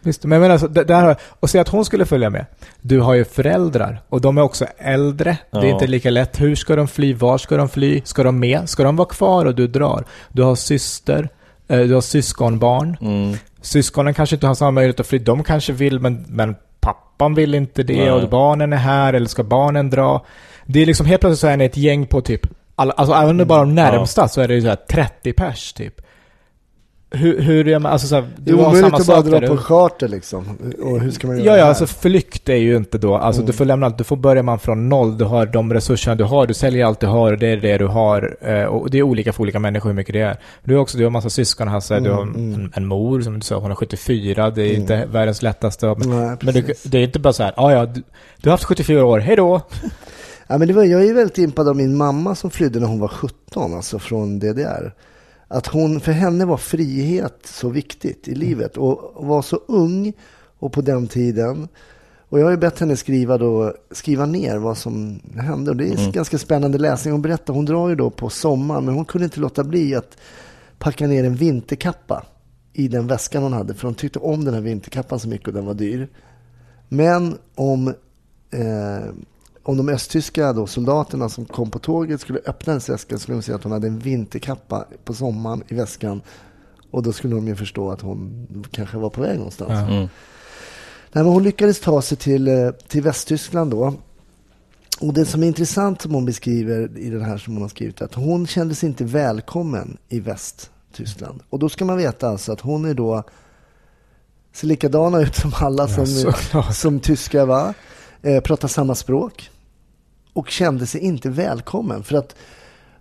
Visst, men jag menar, så, det, det här, har- och säg att hon skulle följa med. Du har ju föräldrar, och de är också äldre. Det
Ja.
är inte lika lätt. Hur ska de fly? Var ska de fly? Ska de med? Ska de vara kvar och du drar? Du har syster, eh, du har syskonbarn.
Mm.
Syskonen kanske inte har samma möjlighet att fly. De kanske vill, men, men pappan vill inte det.
Nej.
Och barnen är här, eller ska barnen dra? Det är liksom helt plötsligt så är ni ett gäng på typ, alla, alltså även om
Mm.
det bara de närmsta så är det ju så här 30 pers typ. Hur, hur är man, alltså så här,
Det
du
är
har
omöjligt
samma
att bara
sak
dra
där
på
du-
en charter liksom. Och hur ska man göra
Ja, ja,
här?
alltså flykt är ju inte då, alltså
Mm.
du får lämna allt, du får börja man från noll, du har de resurserna du har, du säljer allt du har, det är det du har, eh, och det är olika för olika människor hur mycket det är. Du har också, du har massa syskon Hasse, du
Mm,
har en, en mor som du sa, hon är 74, det är inte världens lättaste av-
Nej,
Men du,
precis.
det är inte bara så här, "Ah, ja ja, du, du har haft 74 år, hej då!
Ja, men det var, jag är ju väldigt impad av min mamma som flydde när hon var 17, alltså från DDR. Att hon, för henne var frihet så viktigt i livet och var så ung och på den tiden. Och jag har ju bett henne skriva, då, skriva ner vad som hände och det är ganska spännande läsning. Hon berättar, hon drar ju då på sommaren men hon kunde inte låta bli att packa ner en vinterkappa i den väskan hon hade för hon tyckte om den här vinterkappan så mycket och den var dyr. Men om, eh, om de östtyska då, soldaterna som kom på tåget skulle öppna hennes väska skulle de se att hon hade en vinterkappa på sommaren i väskan. Och då skulle de ju förstå att hon kanske var på väg någonstans.
Mm.
Nej, men hon lyckades ta sig till, eh, till Västtyskland då. Och det som är intressant som hon beskriver i den här som hon har skrivit är att hon kände sig inte välkommen i Västtyskland. Och då ska man veta alltså att hon är då ser likadana ut som alla som, eh,
såklart.
som tyskar va? Eh, pratar samma språk. Och kände sig inte välkommen. För att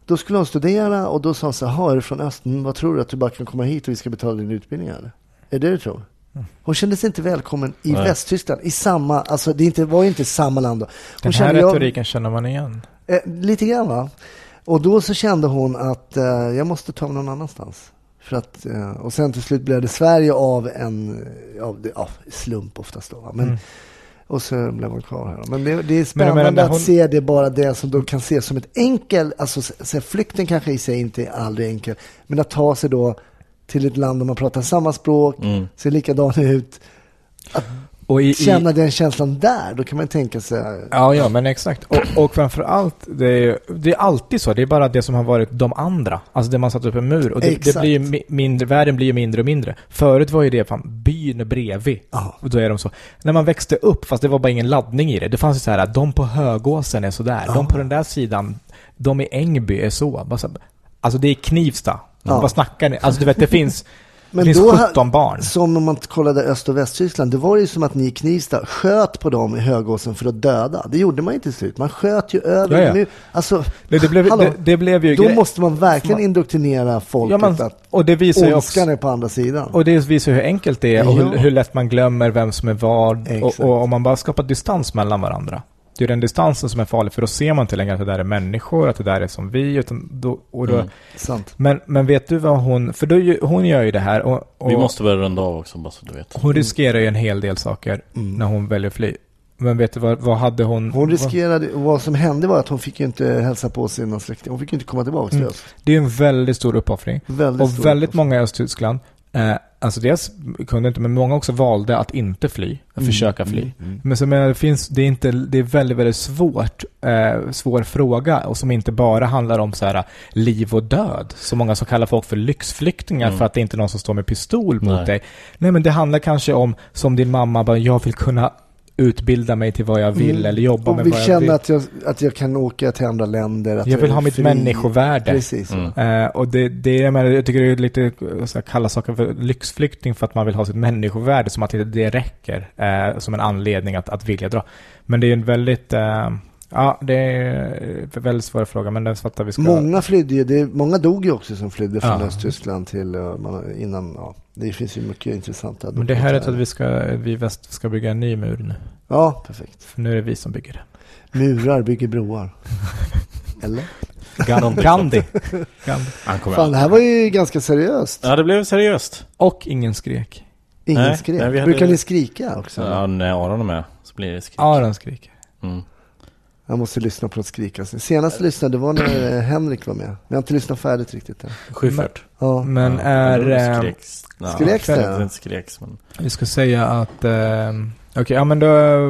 då skulle hon studera och då sa hon så här, "Jaha, är du från öst? Mm, vad tror du att du bara kan komma hit och vi ska betala din utbildning eller? Är det det du tror?
Mm.
Hon kände sig inte välkommen i
Nej.
Västtyskland, i samma, alltså det är inte, var ju inte samma land då. Hon
Den här
jag-
retoriken känner man igen.
Eh, lite grann va. Och då så kände hon att eh, jag måste ta mig någon annanstans. För att, eh, och sen till slut blev det Sverige av en av, det- ja, slump oftast. Då, va? Men, Och så blev hon kvar här. då. Men det, det är
Mm. Men jag
spännande
menar, när hon-
att se det bara det som de kan se som ett enkel, alltså så, så här, flykten kanske i sig inte är aldrig enkel, men att ta sig då till ett land där man pratar samma språk, ser likadan ut,
Och Mm. i, i,
känna den känslan där, då kan man tänka sig
Ja, ja, men exakt. Och, och framförallt, det är, ju- det är alltid så. Det är bara det som har varit de andra. Alltså det man satt upp en mur. Och det, det
Exakt.
blir ju mi- mindre, världen blir ju mindre och mindre. Förut var ju det fan, byn bredvid.
Ja.
Och då är de så. När man växte upp, fast det var bara ingen laddning i det. Det fanns ju så här att de på Högåsen är sådär. De på den där sidan, de i Ängby är så. Bara så här, Alltså det är Knivsta.
Ja.
Vad snackar ni? Alltså du vet, det finns, det
Men
finns
då ha-
17 barn.
Som om man kollade Öst och Västtyskland. Det var ju som att ni i Knivsta sköt på dem i Högåsen för att döda. Det gjorde man ju till slut. Man sköt ju över.
Ja, ja.
Nu, alltså,
Det, det, blev,
hallå,
det, det blev ju
då
gre-
måste man verkligen
Man-
indoktrinera folket
Ja, men,
att
och det visar ju också...
ondskan är på andra sidan.
Och det visar hur enkelt det är och hur,
Ja.
hur lätt man glömmer vem som är vad.
Exakt.
Och, och om man bara skapar distans mellan varandra. Det är den distansen som är farlig, för då ser man inte längre att det där är människor, att det där är som vi. Utan då, och
Mm.
då,
Sant.
men, men vet du vad hon... För då, ju- hon gör ju det här och, och
Vi måste börja runda av också, bara så du vet.
hon riskerar ju en hel del saker när hon väljer att fly. Men vet du vad, vad hade hon...
Mm. Hon riskerade, och vad som hände var att hon fick ju inte hälsa på sina släktingar. Hon fick ju inte komma tillbaka till
Mm.
öst.
Det är ju en väldigt stor uppoffring.
Väldigt stor
Och väldigt
uppoffring.
många i Östtyskland, eh, alltså dels kunde inte, men många också valde att inte fly, att
Mm.
försöka fly.
Mm.
Men så menar, jag, det, finns, det, är inte, det är väldigt, väldigt svårt, eh, svår fråga och som inte bara handlar om så här, eh, liv och död. Så många som kallar folk för lyxflyktingar för att det inte är någon som står med pistol mot
Nej.
dig. Nej men det handlar kanske om, som din mamma, bara, jag vill kunna utbilda mig till vad jag vill eller jobba med
Mm. Och vill
vad jag vill.
känna att jag, att jag kan åka till andra länder. Att
jag vill
är
ha mitt
fri.
människovärde.
Mm.
Precis.
Eh, och det, det jag, menar, jag tycker det är lite eh, så här, kalla saker för lyxflykting för att man vill ha sitt människovärde som att inte det räcker eh, som en anledning att, att vilja dra. Men det är ju en väldigt eh, Ja, det är en väldigt svår fråga, men den fattar vi ska...
Många flydde ju, det, många dog ju också som flydde från
Ja.
Östtyskland till eh, man, innan, ja. Det finns ju mycket intressanta
Men det här är att
dokumentärer.
vi, ska, vi i väst ska bygga en ny mur nu.
Ja, perfekt.
För nu är det vi som bygger den.
Murar bygger broar. Eller?
Gandhi. Gandhi. Gandhi.
Han kommer
Fan, det här var ju ganska seriöst.
Ja, det blev seriöst.
Och ingen skrek.
Ingen
nej,
skrek.
nej, vi hade-
Brukar ni skrika också?
Ja, när Aron är med så blir det skrik.
Aron skrek.
Mm.
Jag måste lyssna på att skrika. Senast jag lyssnade var när eh, Henrik var med. Jag har inte lyssnat färdigt riktigt än.
Schyffert.
Ja.
Men
Ja,
är...
det
ehm,
skreks. Ja,
skreks det?
det? Inte skreks, men...
Vi ska säga att... ehm, Okej, ja men då...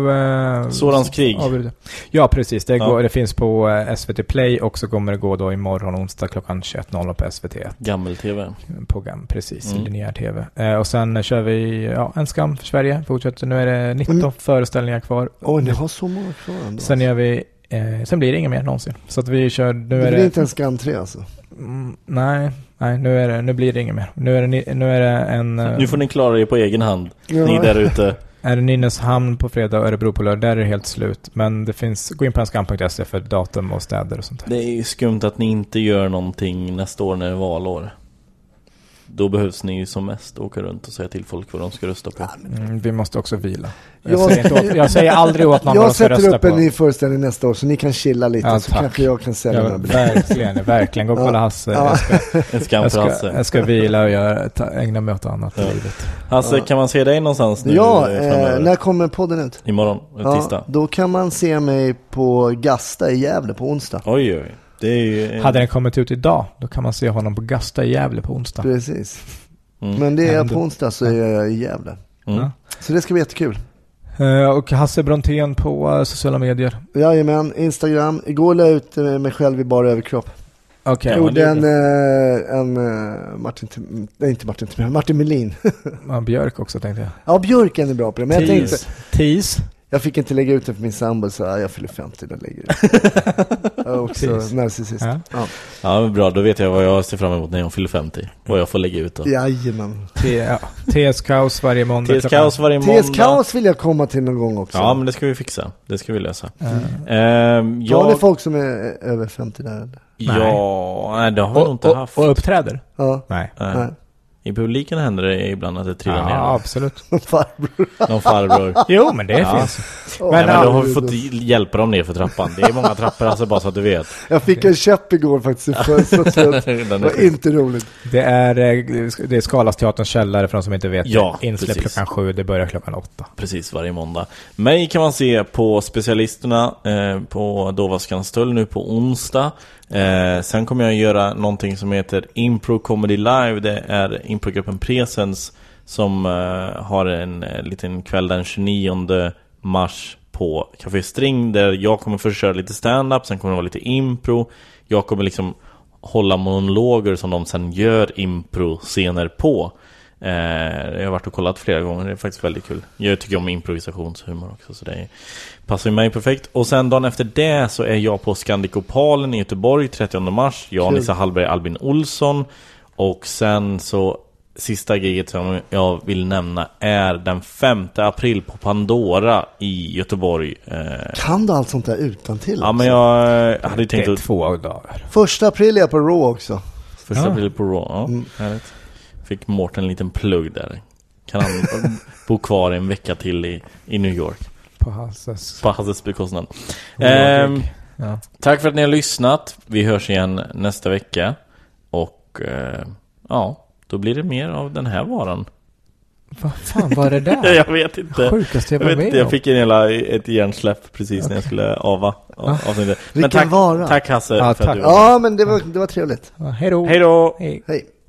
Eh,
Sorans krig.
avbryter. Ja, precis. Det,
Ja.
Går, det finns på eh, SVT Play och så kommer det gå då imorgon onsdag klockan 21.00 på SVT1.
Gammel-tv.
Program, precis.
Mm.
Linjär TV. Eh, och sen eh, kör vi ja, En skam för Sverige. Fortsätter. Nu är det 19
Mm.
föreställningar kvar.
Oj, ni har så många kvar ändå.
Sen gör vi... Eh, sen blir det inga mer någonsin. Så att vi kör... Nu
det
är
blir
det...
inte ens entré alltså.
Mm, nej, nej nu, är det, nu blir det inget mer. Nu är det, ni- nu är det en... eh,
Nu får ni klara er på egen hand.
Ja.
Ni där ute.
Är det Nynäshamn på fredag och Örebro på lördag, där är det helt slut. Men det finns, gå in på enskam.se för datum och städer och sånt där.
Det är ju skumt att ni inte gör någonting nästa år när det är valår. Då behövs ni ju som mest åka runt och säga till folk vad de ska rösta på.
Mm, vi måste också vila. Jag,
Jag-
säger, inte åt, jag säger aldrig åt någon vad de
Jag
ska
sätter
rösta
upp en
på.
ny föreställning nästa år så ni kan chilla lite
Ja,
så
tack.
kanske jag kan sälja några
Ja,
biljetter.
verkligen, verkligen. Gå och kolla Hasse.
Ja.
Jag ska,
En skam
jag
för
ska,
Hasse.
jag ska vila och göra, ta, ägna mig åt annat i
Ja.
livet.
Hasse, kan man se dig någonstans nu?
Ja,
eh,
eh,
framöver?
när kommer podden ut?
Imorgon, eh, tisdag.
Ja, då kan man se mig på Gasta i Gävle på onsdag.
Oj, oj. Det är ju... eh,
Hade den kommit ut idag, då kan man se honom på Gasta i Gävle på onsdag.
Precis.
Mm.
Men det är jag på
Ja.
onsdag så är jag i Gävle.
Mm.
Så det ska bli jättekul.
Eh, Och Hasse Brontén på eh, sociala medier.
Jajamän, Instagram. Igår la jag ut eh, mig själv i bara överkropp.
Okej,
Jag
Ja,
gjorde
det
en, eh, en eh, Martin, Tim- nej inte Martin, Tim- Martin Melin.
ja, Björk också tänkte jag.
ja, Björken är bra på det, men jag tänkte,
Tis. Tis.
jag fick inte lägga ut den för min sambo så ah, jag fyller 50, den lägger ut. Jag är också
Precis.
narcissist.
Ja.
Ja.
Ja, men bra. Då vet jag vad jag ser fram emot när jag fyller 50. Vad jag får lägga ut då.
Jajamän.
T- ja. TS Kaos varje måndag.
TS Kaos varje måndag.
TS Kaos vill jag komma till någon gång också.
Ja, men det ska vi fixa. Det ska vi lösa.
Eh,
Ehm,
Har ni
jag...
folk som är eh, över 50 där eller?
Ja, nej, det har vi nog inte
och,
haft.
och uppträder?
Ja.
Nej.
Nej.
Nej.
I publiken händer det ibland att det trillar
Ja, absolut.
Farbror.
ner någon farbror.
Jo, men det
Ja.
finns.
Åh,
Men, Nej, men då
herregud.
har vi fått hjälpa dem ner för trappan. Det är många trappor alltså, bara så att du vet.
Jag fick en käpp igår faktiskt i fönstret. Det
Den är
var
sjuk.
inte roligt.
Det är, eh, det är Skalasteaterns källare för de som inte vet.
Ja,
Insläpp
precis.
klockan sju, det börjar klockan åtta.
Precis varje måndag. Mig kan man se på specialisterna eh, på Dovaskarnas tull nu på onsdag. Eh, sen kommer jag göra någonting som heter Impro Comedy Live. Det är improgruppen Presens som eh, har en eh, liten kväll den 29 mars på Café String där jag kommer först köra lite stand-up, sen kommer det vara lite impro. Jag kommer liksom hålla monologer som de sen gör impro-scener på. Eh, jag har varit och kollat flera gånger, det är faktiskt väldigt kul. Jag tycker om improvisationshumor också, så det passar ju mig perfekt. Och sen dagen efter det så är jag på Scandicopalen i Göteborg 30 mars. Jag,
Kul.
Nissa Hallberg, Albin Olsson. Och sen så, sista giget som jag vill nämna är den 5 april på Pandora i Göteborg. Eh,
Kan du allt sånt där utan till?
ja men jag eh, hade ju
Det
tänkt
är
att...
två dagar.
Första april är jag på Raw också.
Första
Ja. Mm.
april på Raw, ja, härligt. Fick Mårten en liten plugg där. Kan han bo kvar en vecka till i, i New York?
På Hasses.
På Hasses bekostnad.
Olovlig.
Ehm,
Ja.
tack för att ni har lyssnat. Vi hörs igen nästa vecka. Och eh, ja, då blir det mer av den här varan.
Vad fan var det där?
Jag vet inte.
Sjukaste jag
Jag,
var
vet
med
inte, jag fick en hela, ett hjärnsläpp precis när jag skulle ava av- avsnittet. Men
Vilken
tack,
vara.
tack Hasse
Ja,
för att
tack.
du var med.
Ja, men det var, det var trevligt.
om. Hej då.
Hej då!
Hej.
Hej.